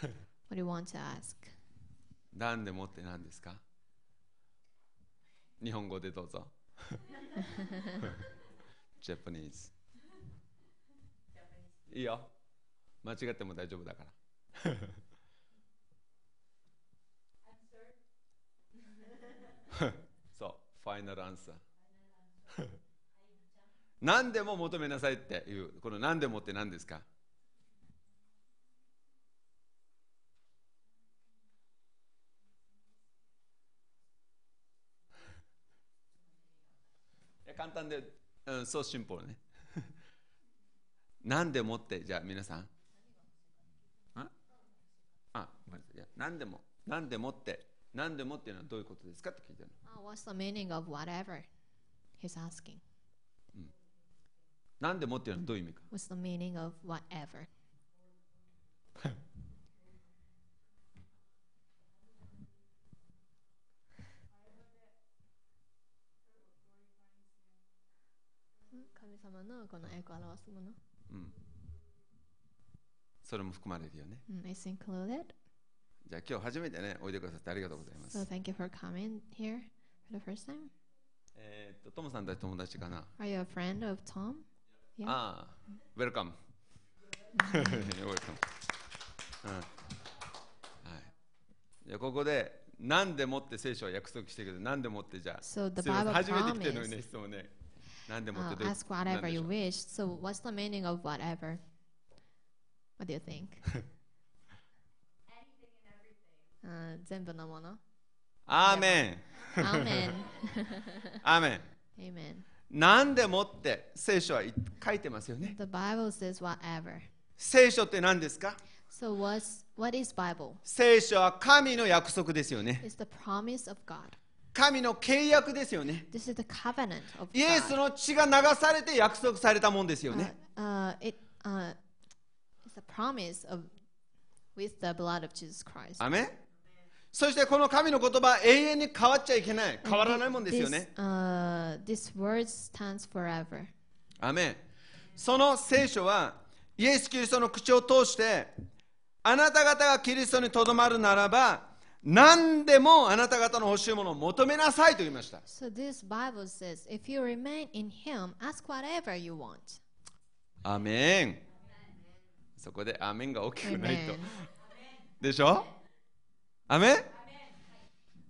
S2: what do you want to ask?
S1: 何でもって何ですか日本語でどうぞジャパニーズいいよ間違っても大丈夫だからそうファイナルアンサー何でも求めなさいっていうこの何でもって何ですかいや簡単で、うん、そうシンプルね。 何でもって、じゃあ皆さん。ああ、ごめんなさいいや。何でも、何でもって、何でもっていうのはどういうことですかって聞いてるの。
S2: Uh, what's the meaning of whatever? He's asking.
S1: 何でもっていうのはどういう意味か。
S2: What's the meaning of whatever? Hmm, 神様のこの栄光を表すもの。
S1: うん。それも含まれるよね。
S2: Mm, it's included.
S1: じゃあ今日初めてね、おいでくださってありがとうございま
S2: So
S1: す。
S2: thank you for coming here for the first time.
S1: えーっと、トムさんたち友達かな。
S2: Are you a friend of Tom? Yeah.
S1: ああ、ウェルカ ム。ウェルカム。うんはい。じゃあここで何でもって聖書は約束してるけど何でもってじゃあ。
S2: So the
S1: すいません
S2: Bible
S1: 初めて来てるのにね
S2: promised.
S1: 質問ね。何でもっ
S2: Uh,
S1: てどういう
S2: ask whatever
S1: 何でし
S2: you
S1: ょう
S2: wish. So what's the meaning of whatever? What do you think? Uh, 全部のもの。
S1: アーメン。
S2: Amen.
S1: アーメン。
S2: Amen.
S1: 何でもって聖書は書いてますよね。
S2: The Bible says whatever.
S1: 聖書って何ですか
S2: So what's what is Bible?
S1: 聖書は神の約束ですよね。
S2: It's the promise of God.
S1: 神の契約ですよね。
S2: This is the covenant of
S1: イエス
S2: God.
S1: の血が流されて約束されたもんですよね。
S2: Uh, uh, it uh, it's a promise of with the blood of Jesus Christ.
S1: アメンそしてこの神の言葉永遠に変わっちゃいけない変わらないもんですよ
S2: This,
S1: ね
S2: uh, this word stands forever.
S1: アメンその聖書はイエス・キリストの口を通してあなた方がキリストにとどまるならば何でもあなた方の欲しいものを求めなさいと言いました
S2: So this Bible says, if you remain in Him, ask whatever you want.
S1: アメンそこでアーメンが大きくないと
S2: Amen.
S1: でしょアメン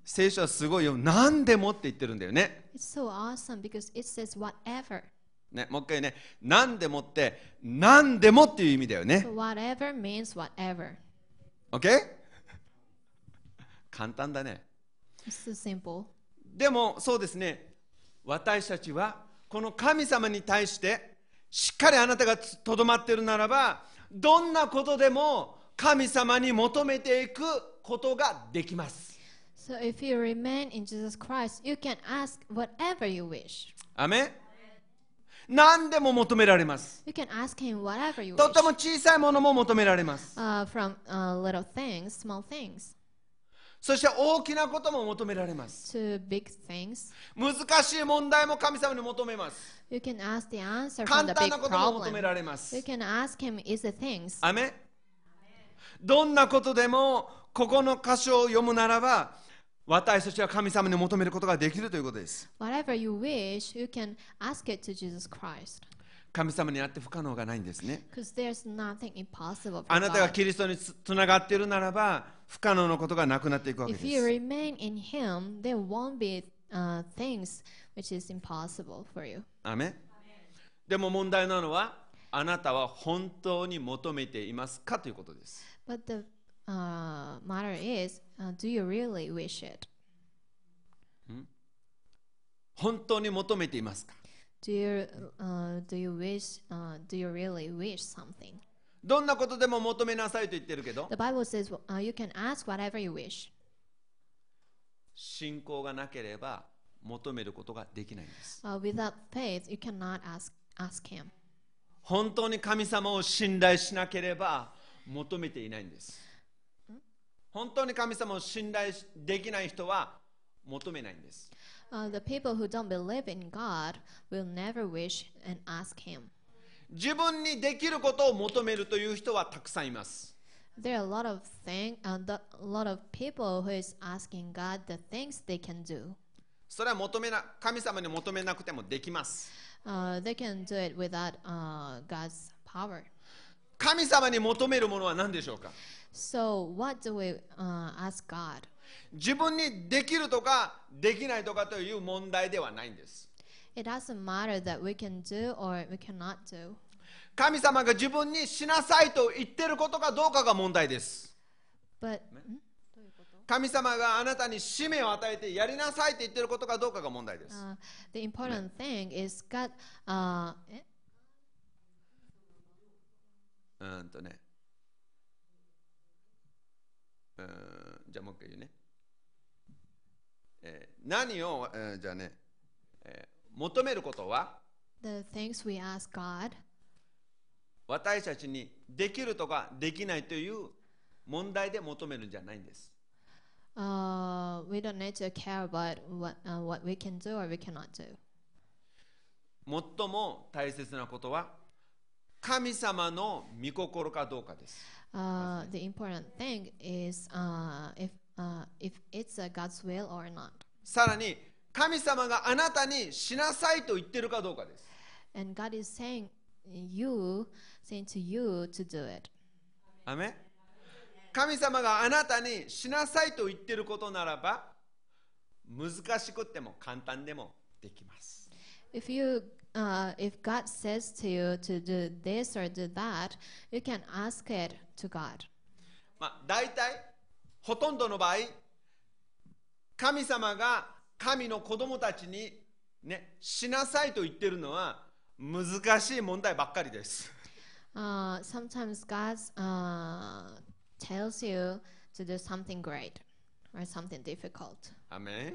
S1: 聖書はすごいよ何でもって言ってるんだよね
S2: It's so awesome because it says whatever.
S1: ねもう一回ね何でもって何でもっていう意味だよね
S2: So whatever means whatever.
S1: OK? 簡単だね。
S2: It's so simple.
S1: でもそうですね、私たちはこの神様に対してしっかりあなたがとどまっているならば、どんなことでも神様に求めていくことができます。
S2: So if you remain in Jesus Christ, you can ask whatever you wish.
S1: アメン何でも求められます。
S2: You can ask Him whatever you
S1: と
S2: wish.
S1: ても小さいものも求められます。
S2: Uh, from uh, little things, small things.
S1: そして大きなことも求められます
S2: to big things.
S1: 難しい問題も神様に求めます
S2: You can ask the answer from
S1: 簡
S2: the
S1: 単
S2: big
S1: なことも求
S2: problem.
S1: められま
S2: You
S1: す
S2: can ask him easy things.
S1: アメンどんなことでもここの箇所を読むならば私たちは神様に求めることができるということです
S2: Whatever you wish, you can ask it to Jesus Christ.
S1: 神様にあって不可能がないんですね
S2: Because there's nothing impossible
S1: あ
S2: for
S1: なたが
S2: God.
S1: キリストにつつながっているならば不可能のことがなくなっていくわけで
S2: If you
S1: す
S2: remain in Him, there won't be uh, things which is impossible for you.
S1: アメンでも問題なのはあなたは本当に求めていますかということです
S2: But the uh, matter is, uh, do you really wish it?
S1: 本当に求めていますか
S2: Do you uh, do you wish? Uh, do you really wish something?
S1: どんなことでも求めなさいと言ってるけど
S2: The Bible says uh, you can ask whatever you wish.
S1: 信仰がなければ求めることができないんです
S2: Uh, without faith, you cannot ask ask Him.
S1: 本当に神様を信頼しなければ求めていないんです本当に神様を信頼しできない人は求めないんです
S2: Uh, the people who don't believe in God will never wish and ask Him.
S1: 自分にできることを求めるという人はたくさんいます
S2: There are a lot of thing, uh, the, a lot of people who is asking God the things they can do.
S1: それは求めな神様に求めなくてもできます
S2: Uh, they can do it without uh, God's power.
S1: 神様に求めるものは何でしょうか
S2: So what do we uh, ask God?
S1: 自分にできるとかできないとかという問題ではないんです
S2: It doesn't matter that we can do or we cannot do.
S1: 神様が自分にしなさいと言ってることかどうかが問題です
S2: But
S1: 神様があなたに使命を与えてやりなさいと言ってることかどうかが問題です
S2: uh, the important thing is God. Uh, eh?
S1: うーんとねうーんじゃあもう一回言うね、えー何を、えーじゃあね、えー求めることは
S2: the things we ask God
S1: 私たちにできるとかできないという問題で求めるんじゃないんです。
S2: Uh, we don't need to care about what uh, what we can do or we cannot do.
S1: 最も大切なことは神様の御心かどうかです。
S2: Uh, the important thing is uh, if uh, if it's uh, God's will or not,
S1: さらに神様があなたにしなさいと言ってるかどうかです。
S2: and God is saying you saying to you to do it.
S1: アメン神様があなたにしなさいと言ってることならば難しくっても簡単でもできます。
S2: If you uh, if God says to you to do this or do that, you can ask it to God.
S1: まあ、大体ほとんどの場合神様が神の子供たちに、ね、しなさいと言ってるのは難しい問題ばっかりです。
S2: Uh, sometimes God uh, tells you to do something great or something difficult.
S1: アメ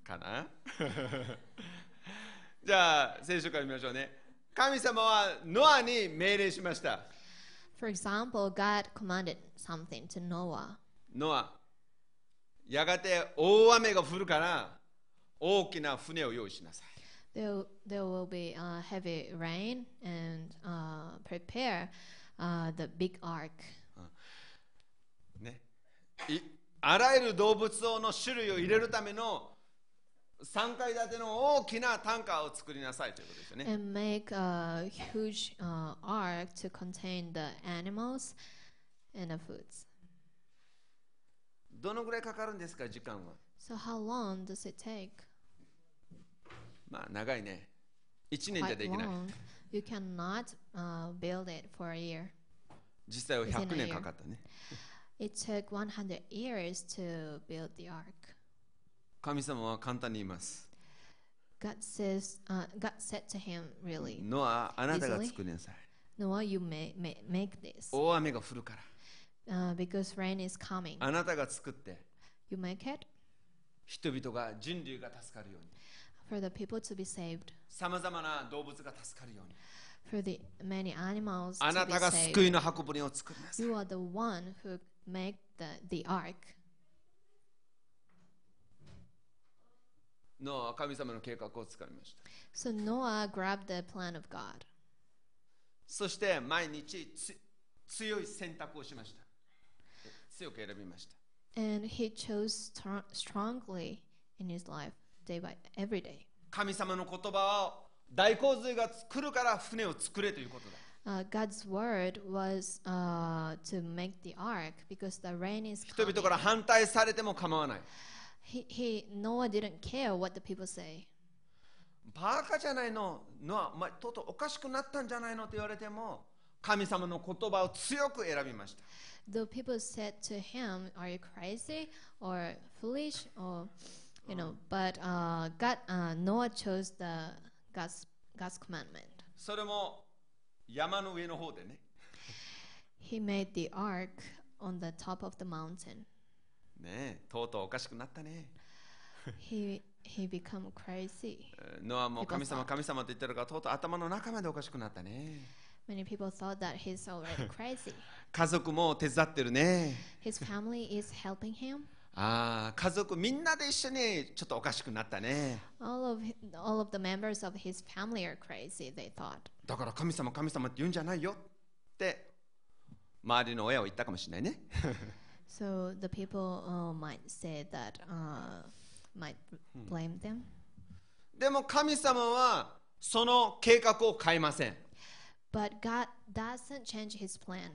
S1: ンかな じゃあ聖書から見ましょうね。神様はノアに命令しました。
S2: For example, God commanded something to Noah.
S1: ノアやがて大雨が降るから大きな船を用意しなさい。
S2: There, there will be uh, heavy rain and uh, prepare uh, the big ark.
S1: ね、いあらゆる動物の種類を入れるための3階建ての大きなタンカーを作りなさいということですよね。
S2: and make a huge uh, ark to contain the animals and the foods.
S1: どのぐらいかかるんですか、時間は。
S2: So how long does it take?
S1: まあ、長いね。1年じゃ
S2: Quite
S1: できない。
S2: long. You cannot uh, build it for a year.
S1: 実際は100年かかったね。
S2: It took 100 years to build the ark.
S1: 神様は簡単に言います。
S2: God says, uh, God said to him, really,
S1: ノア、あなたが作りなさい。
S2: Noah, you may, may make this
S1: 大雨が降るから。
S2: uh, because rain is coming.
S1: あなたが作って、
S2: You make it
S1: 人々が人類が助かるように。
S2: for the people to be saved,
S1: さまざまな動物が助かるように。
S2: for the many animals
S1: あ
S2: to
S1: な
S2: be
S1: たが救
S2: saved.
S1: いの箱舟を作りなさい。
S2: You are the one who make the, the ark
S1: の神様の計画をつかみました
S2: so noah grabbed the plan of god
S1: そして毎日つ強い選択をしましたえ強く選びました
S2: and he chose str- strongly in his life day by every day
S1: 神様の言葉を大洪水が来るから船を作れということだ
S2: uh, God's word was uh, to make the ark because the rain is
S1: 人
S2: coming.
S1: 々から反対されても構わない
S2: He, he, Noah didn't care what the people say.
S1: バカじゃないのノア、まあ、とうとうおかしくなったんじゃないのと言われても神様の言葉を強く選びました
S2: Though people said to him, "Are you crazy or foolish?" or you know, but uh, God, uh, Noah chose the God's God's commandment.
S1: それも山の上の方でね
S2: He made the ark on the top of the mountain.
S1: ねえとうとうおかしくなったね
S2: he he become crazy.
S1: えーノアも神様
S2: い
S1: 神様って言ってるからとうとう頭の中までおかしくなったね
S2: Many people thought that he's already crazy.
S1: 家族も手伝ってるね
S2: His family is helping him.
S1: ああ家族みんなで一緒にちょっとおかしくなったね
S2: All of hi- all of the members of his family are crazy. They thought.
S1: だから神様神様って言うんじゃないよって周りの親は言ったかもしれないね
S2: So the people uh, might say that uh, might blame them.
S1: でも神様はその計画を変えません
S2: But God doesn't change his plan.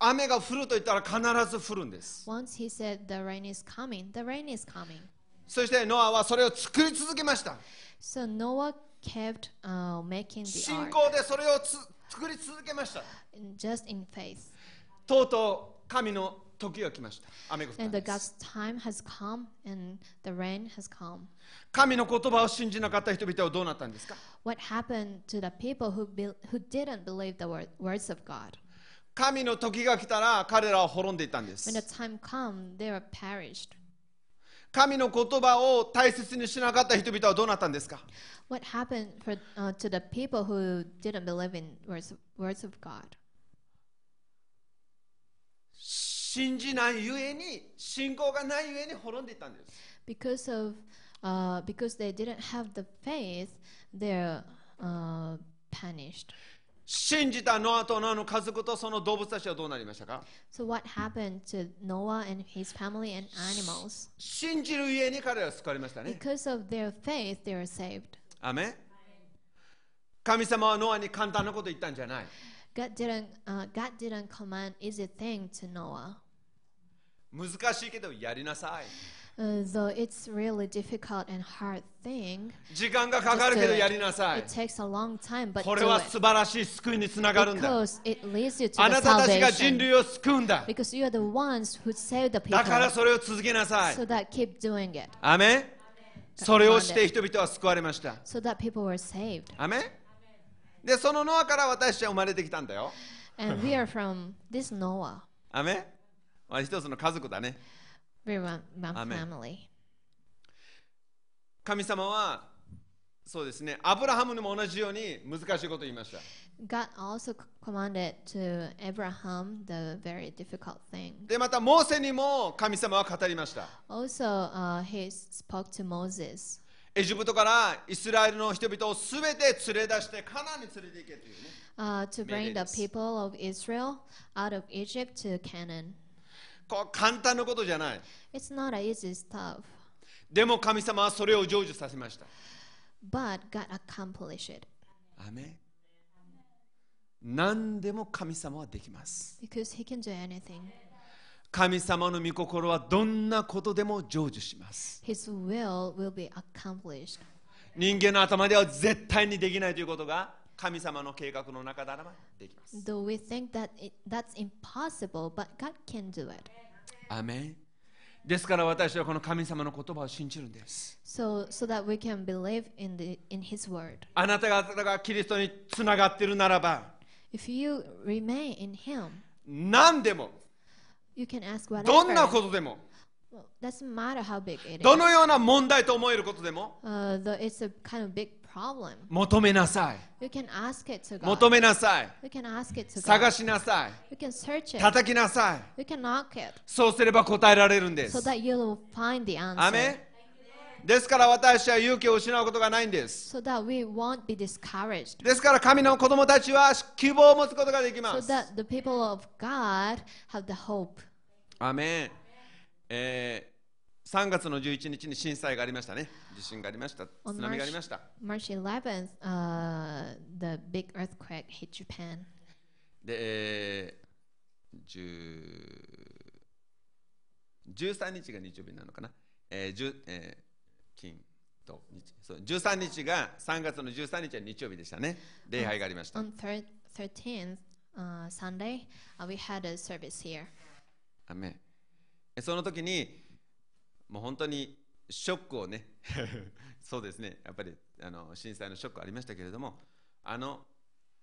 S1: 雨が降ると言ったら必ず降るんです
S2: Once he said the rain is coming, the rain is coming.
S1: そしてノアはそれを作り続けました
S2: So Noah kept uh, making the
S1: 信
S2: ark
S1: 仰でそれをつ作り続けました
S2: in- just in faith.
S1: とうとう神の時が来ました雨が降った
S2: And
S1: ん
S2: the
S1: です
S2: God's time has come and the rain has come.
S1: 神の言葉を信じなかった人々はどうなったんですか
S2: What happened to the people who bel who didn't believe the word, words of God?
S1: 神の時が来たら彼らは滅んでいったんで
S2: When the
S1: す
S2: time come, they were perished.
S1: 神の言葉を大切にしなかった人々はどうなったんですか
S2: What happened for, uh, to the people who didn't believe in words of, words of God?
S1: 信じないゆえに信仰がないゆえに滅んでいったんです
S2: Because of uh, because they didn't have the faith, they're uh, punished.
S1: 信じたノアとノアの家族とその動物たちはどうなりましたか
S2: So what happened to Noah and his family and animals?
S1: 信じるゆえに彼らは救われましたね
S2: Because of their faith, they were saved.
S1: アーメン神様はノアに簡単なこと言ったんじゃない
S2: God didn't uh, God didn't command easy thing to Noah.
S1: 難しいけどやりなさい
S2: Uh, though it's really difficult and hard thing,
S1: 時間がかかるけどやりなさい
S2: it takes a long time, but
S1: こ
S2: do
S1: れは素
S2: it
S1: 晴らしい救いにつながるんだ
S2: because it leads you to
S1: あ
S2: the
S1: なたたちが人
S2: salvation.
S1: 類を救うんだ
S2: Because you are the ones who save the
S1: だから
S2: people,
S1: それを続けなさい
S2: so that keep doing it,
S1: アーメンそれをして人々は救われました
S2: so that people were saved.
S1: アーメンでそのノアから私たちは生まれてきたんだよ
S2: And we are from this Noah.
S1: アーメンまあ一つの家族だね
S2: We're one, one
S1: Amen.
S2: family.
S1: 神様はそうですねアブラハムにも同じように難しいことを言いました
S2: God also c- commanded to Abraham the very difficult thing.
S1: でまたモーセにも神様は語りました
S2: Also, uh, he spoke to Moses.
S1: エジプトからイスラエルの人々を全て連れ出してカナンに連れて行けというね
S2: uh, to bring the
S1: Medes.
S2: people of Israel out of Egypt to Canaan.
S1: こう簡単なことじゃない
S2: It's not an easy stuff,
S1: でも神様はそれを成就させました
S2: but God accomplished it
S1: アーメン何でも神様はできます
S2: because He can do anything.
S1: 神様の御心はどんなことでも成就します
S2: His will will be accomplished.
S1: 人間の頭では絶対にできないということが神様の計画の中ならばできます
S2: Though we think that it, that's impossible, but God can do it.
S1: アーメンですから私はこの神様の言葉を信じるんです
S2: So, so that we can believe in the in His word.
S1: あなた方がキリストにつながっているならば
S2: If you remain in Him,
S1: 何でも
S2: you can ask
S1: どんなこ
S2: whatever,
S1: とでも
S2: Well, doesn't matter how big it
S1: ど
S2: is.
S1: のような問題と思えることでも
S2: Uh, though it's a kind of big problem.
S1: 求めなさい
S2: You can ask it
S1: 求
S2: to God.
S1: めなさい
S2: You can ask it to
S1: 探
S2: God.
S1: しなさい
S2: You can search it.
S1: 叩きなさい
S2: You can knock it
S1: そうすれば答えられるんで
S2: so
S1: す
S2: that you'll find the
S1: ア
S2: answer.
S1: メンですから私は勇気を失うことがないんです
S2: So that we won't be discouraged.
S1: ですから神の子供たちは希望を持つことができま
S2: So
S1: す
S2: that the people of God have the hope.
S1: アメン、えー3月の11日に震災がありましたね地震がありました津波がありました
S2: March 11th, uh, the big earthquake hit Japan.
S1: で、えー、10 13日が日曜日なのかな、えー10えー金と日そう13日が3月の13日は日曜日でしたね礼拝がありました
S2: On thir- 13th, uh, Sunday, uh, we had a service here.
S1: アメンえその時にもう本当にショックをね そうですねやっぱりあの震災のショックありましたけれどもあの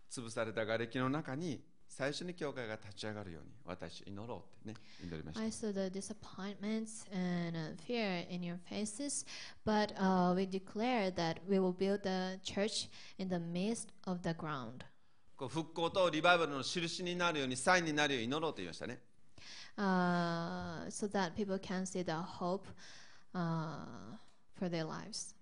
S1: 潰された瓦礫の中に最初に教会が立ち上がるように私祈ろうってね祈りました
S2: I saw the disappointments and uh, fear in your faces, but uh, we declare that we will build the church in the midst of the ground.
S1: こう復興とリバイバルの印になるようにサインになるように祈ろうと言いましたね
S2: Uh, so that people can see the hope uh, for their lives.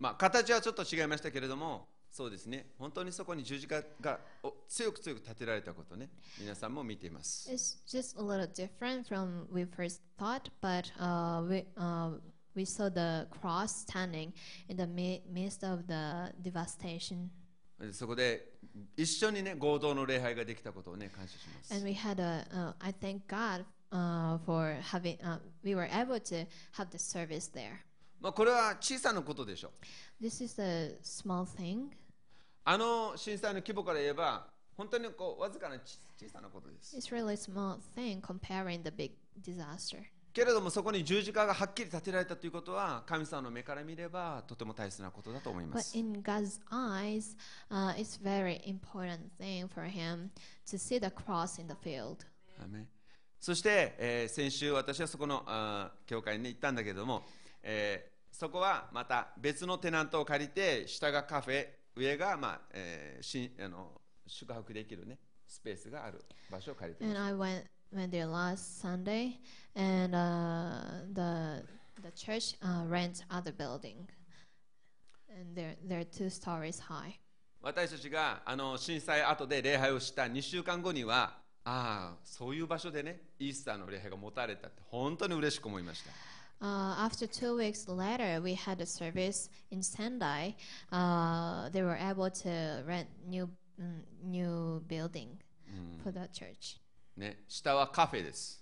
S1: まあ形はちょっと違いましたけれどもそうですね本当にそこに十字架がお強く強く立てられたことね皆さんも見ています
S2: It's just a little different from we first thought, but uh, we uh, we saw the cross standing in the mi- midst of the devastation,
S1: そこで一緒にね合同の礼拝ができたことをね感謝しま
S2: and
S1: す
S2: we had a. Uh, I thank God uh, for having. Uh, we were able to have the service there.
S1: まあこれは小さなことでしょう
S2: This is a small thing.
S1: あの震災の規模から言えば本当にこうわずかなち小さなことです
S2: It's really a small thing comparing the big disaster.
S1: けれどもそこに十字架がはっきり立てられたということは神様の目から見ればとても大切なことだと思いま
S2: But
S1: す
S2: in God's eyes, uh, it's very important thing for Him to see the cross in the field.
S1: アーメンそして、えー先週私はそこのあー教会に、ね、行ったんだけども、えーそこはまた別のテナントを借りて下がカフェ上が、まあえーしあの宿泊できる、ね、スペースがある場所を借りてま
S2: And
S1: す
S2: I went went there last Sunday, and uh, the the church uh, rents other building, and they're they're two stories high.
S1: 私たちがあの震災後で礼拝をした2週間後にはああそういう場所でねイースターの礼拝が持たれたって本当に嬉しく思いました
S2: Uh, after two weeks later, we had a service in Sendai. Uh, they were able to rent new mm, new building for the church.
S1: ね下はカフェです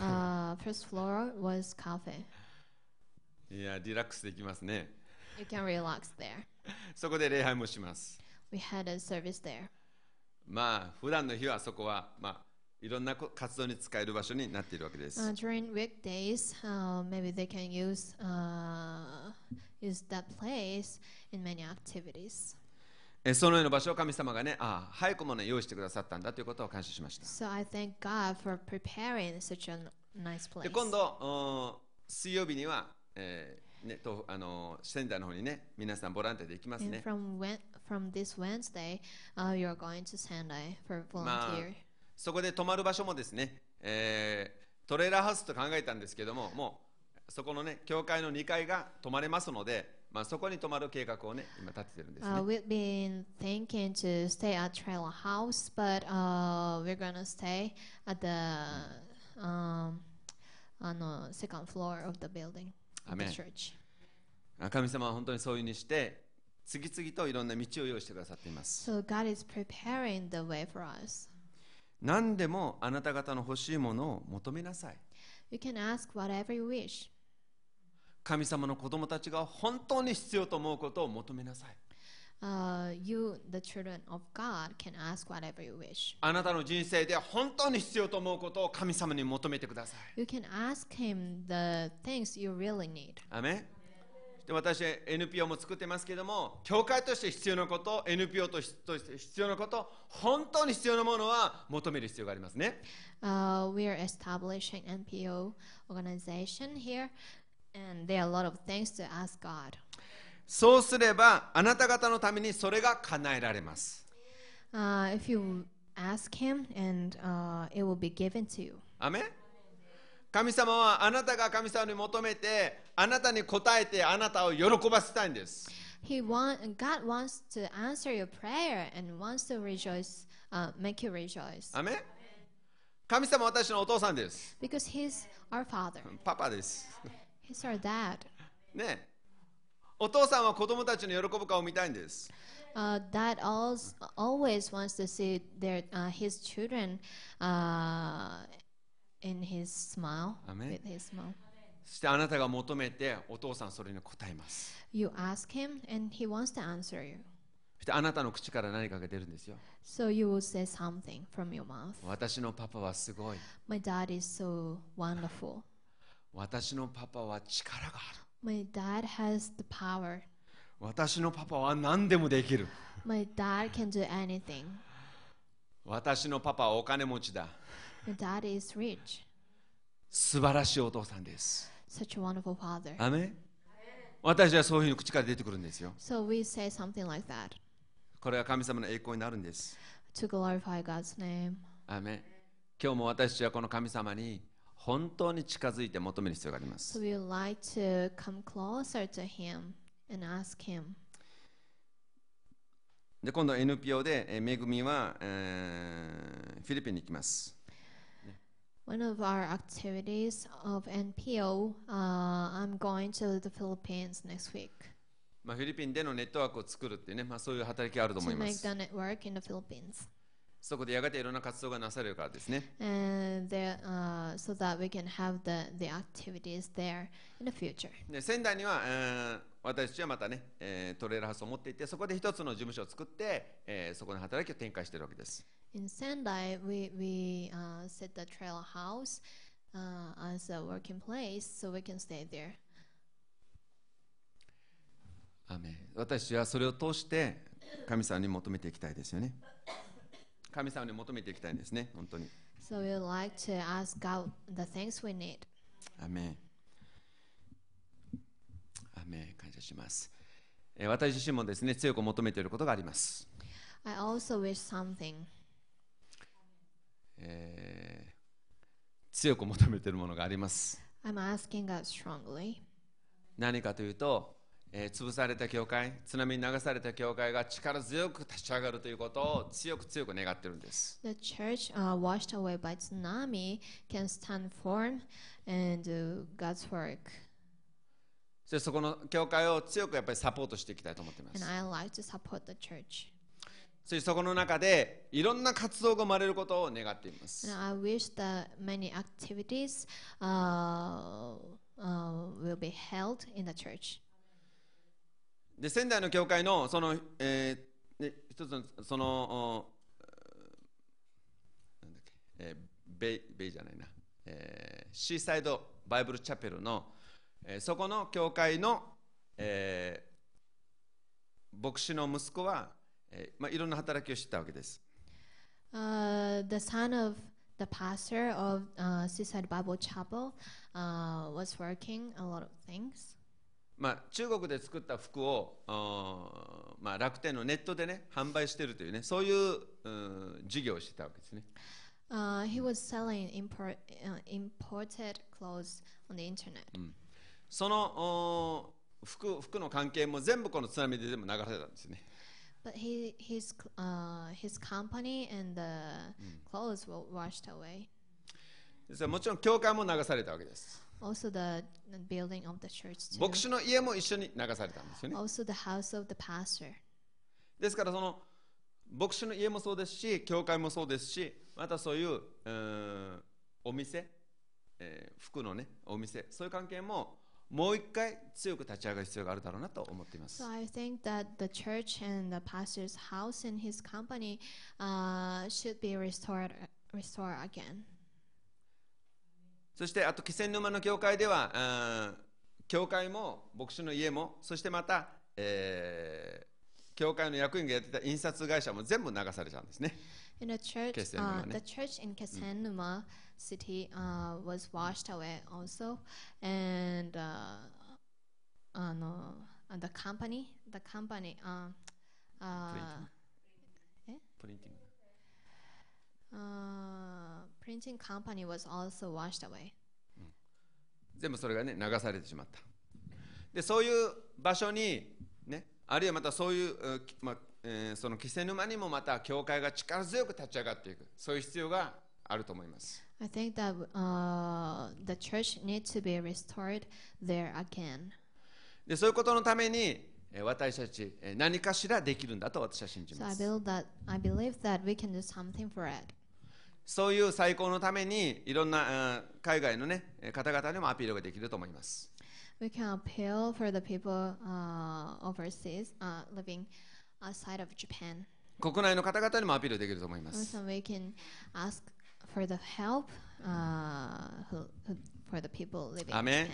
S2: Uh, first floor was cafe.
S1: いやリラックスできますね
S2: You can relax there.
S1: そこで礼拝もします
S2: We had a service there.
S1: まあ普段の日はそこはまあいろんなこ活動に使える場所になっているわけです、
S2: Uh, during weekdays, uh, maybe they can use uh, use that place in many activities.
S1: えそのような場所を神様がねああ早くもね用意してくださったんだということを感謝しました
S2: So I thank God for preparing such a n- nice place.
S1: で今度うん水曜日には、えーね、とあの仙台の方にね皆さんボランティアで行きますね
S2: And from when, from this Wednesday, uh, you're going to Sendai for volunteer.
S1: そこで泊まる場所もですね、えートレーラーハウスと考えたんですけどももうそこのね教会の2階が泊まれますので、まあ、そこに泊まる計画をね今立ててるんですね、
S2: Uh, we've been thinking to stay at Trailer House, but uh, we're gonna stay at the um, on the second floor of the building, of the
S1: Amen.
S2: church.
S1: あ神様は本当にそういうふうにして次々といろんな道を用意してくださっています。
S2: So God is preparing the way for us.
S1: 何でもあなた方の欲しいものを求めなさい。
S2: You can ask whatever you wish.
S1: 神様の子供たちが本当に必要と思うことを求めなさい。
S2: Uh, you, the children of God, can ask whatever you wish.
S1: あなたの人生で本当に必要と思うことを神様に求めてください。
S2: You can ask Him the things you really need.
S1: アメンで私 NPO も作ってますけども教会として必要なこと NPO としとして必要なこと本当に必要なものは求める必要がありますね
S2: Uh, we are establishing NPO organization here, and there are a lot of things to ask God.
S1: そうすればあなた方のためにそれが叶えられます
S2: Uh, if you ask Him, and uh, it will be given to you.
S1: アメン神様はあなたが神様に求めてあなたに応えてあなたを喜ばせたいんです
S2: He want God wants to answer your prayer and wants to rejoice, uh, make you rejoice,
S1: アメン神様は私のお父さんです
S2: because He's our Father.
S1: パパです
S2: He's our Dad.
S1: ねお父さんは子供たちの喜ぶ顔を見たいんです
S2: Uh, dad always, always wants to see their uh, his children uh, in his smile.
S1: Amen.
S2: With his smile,
S1: そしてあなたが求めてお父さんそれに応えます。
S2: you ask him, and he wants to answer you.
S1: そしてあなたの口から何かが出るんですよ。
S2: So you will say something from your mouth.
S1: 私のパパはすごい。
S2: My dad is so wonderful.
S1: 私のパパは力がある。
S2: My dad has the power.
S1: 私のパパは何でもできる。
S2: My dad can do anything.
S1: 私のパパはお金持ちだ。
S2: My dad is rich.
S1: 素晴らしいお父さんです。
S2: Such a wonderful father.
S1: アメン私はそういうふうに口から出てくるんですよ。
S2: So we say something like that
S1: これが神様の栄光になるんです。
S2: to glorify God's name.
S1: アメン今日も私たちはこの神様に本当に近づいて求める必要がありま
S2: So
S1: す。
S2: we would like to come closer to Him and ask Him.
S1: で今度 NPO で、えー恵みは、えーフィリピンに行きます。
S2: One of our activities of NPO, uh, I'm going to the Philippines next week
S1: まあ、フィリピンでのネットワークを作るっていうね、まあ、そういう働きがあると思
S2: to
S1: いま
S2: make
S1: す
S2: the。network in the Philippines.
S1: そこでやがていろんな活動がなされるからですね。
S2: And there, uh, so that we can have the, the activities there in the future.
S1: で仙台には、えー私たちはまたね、えートレーラーハウスを持っていて、そこで一つの事務所を作って、えーそこの働きを展開しているわけです。
S2: In Sendai, we, we uh, set the trailer house uh, as a working place so we can stay there.
S1: アーメン私たちはそれを通して神様に求めていきたいですよね。神様に求めていきたいんですね、本当に。
S2: So we would like to ask God the things we need.
S1: アーメンアーメン感謝します。えー私自身もですね、強く求めていることがあります。
S2: I also wish something.
S1: えー強く求めているものがあります。
S2: I'm asking God strongly.
S1: 何かというと、えー潰された教会、津波に流された教会が力強く立ち上がるということを強く強く願っているんです。
S2: The church uh, washed away by tsunami can stand firm and do God's work.
S1: そしてそこの教会を強くやっぱりサポートしていきたいと思っていま
S2: And
S1: す。
S2: I like to support the church.
S1: そしてそこの中でいろんな活動が生まれることを願っていま
S2: And
S1: す。
S2: I wish that many activities uh, uh, will be held in the church.
S1: で、仙台の教会のその、えーね一つのその、おなんだっけ、えーベイ、ベイじゃないな、えーシーサイドバイブルチャペルの、えーそこの教会の、えー牧師の息子は、えーまあ、いろんな働きをしてたわけです。
S2: Uh, the son of the pastor of uh, Seaside Bible Chapel uh, was working a lot of things.
S1: まあ、中国で作った服を、あーまあ、楽天のネットでね販売してるというねそういう、うん事業をしてたわけですね
S2: Uh, he was selling import, uh, imported clothes on the internet.
S1: そのおー服服の関係も全部この津波で全部流れてたんですよね
S2: But he, his, cl- uh, his company and the clothes were washed away.
S1: それもちろん教会も流されたわけです
S2: Also, the the building of the church, too.
S1: 牧師の家も一緒に流されたんですよね
S2: Also, the house of the pastor.
S1: ですからその牧師の家もそうですし教会もそうですしまたそういう、うんお店、えー服のねお店そういう関係ももう一回強く立ち上がる必要があるだろうなと思っています
S2: So I think that the church and the pastor's house and his company uh, should be restored, restored again.
S1: そしてあと気仙沼の教会ではあー教会も牧師の家もそしてまた、えー教会の役員がやってた印刷会社も全部流されちゃうんですね
S2: In the church, uh,
S1: Kesennuma ne?
S2: the church in Kasenuma city uh, was washed away also, and uh, uh, no, uh, the company, the company, um, uh,
S1: Printing. プリンティング
S2: uh, printing company was also washed away.
S1: 全部それがね流されてしまったでそういう場所にねあるいはまたそういう、えーきまあえーその気仙沼にもまた教会が力強く立ち上がっていくそういう必要があると思います
S2: I think that uh, the church needs to be restored there again.
S1: でそういうことのためにえー私たちえー何かしらできるんだと私は信じ
S2: So
S1: ま
S2: I
S1: す
S2: believe that I believe that we can do something for it.
S1: そういう再興のためにいろんなあー海外の、ね、えー方々にもアピールができると思います。
S2: We can appeal for the people uh, overseas uh, living outside of Japan.
S1: 国内の方々にもアピールできると思います。
S2: Also, we can ask for the help uh, who, who, for the people living
S1: Amen.
S2: in Japan.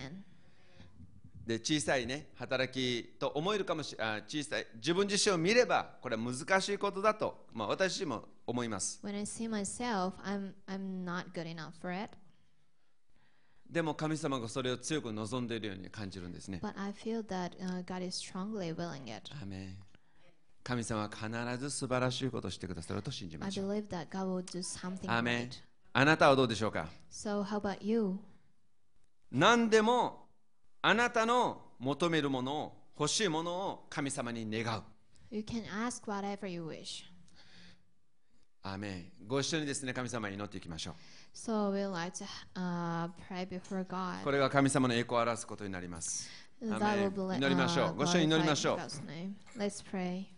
S1: で小さいね働きと思えるかもしれない小さい自分自身を見ればこれは難しいことだと、まあ、私自身も思います
S2: When I see myself, I'm I'm not good enough for it,
S1: でも神様がそれを強く望んでいるように感じるんですね
S2: but I feel that uh, God is strongly willing it.
S1: アーメン神様は必ず素晴らしいことをしてくださると信じ
S2: I
S1: ましょう
S2: believe that God will do something
S1: アー
S2: for
S1: メン
S2: it.
S1: あなたはどうでしょうか
S2: So, how about you?
S1: 何でもあなたの求めるものを欲しいものを神様に願う
S2: You can ask whatever you wish.
S1: アーメンご一緒にですね神様に祈っていきましょ
S2: So we like to uh, pray before God.
S1: うこれが神様の栄光を表すことになります
S2: That
S1: Amen.
S2: will be,
S1: 祈りましょう。ご一緒に祈りましょう。
S2: glorify God's name. Let's pray.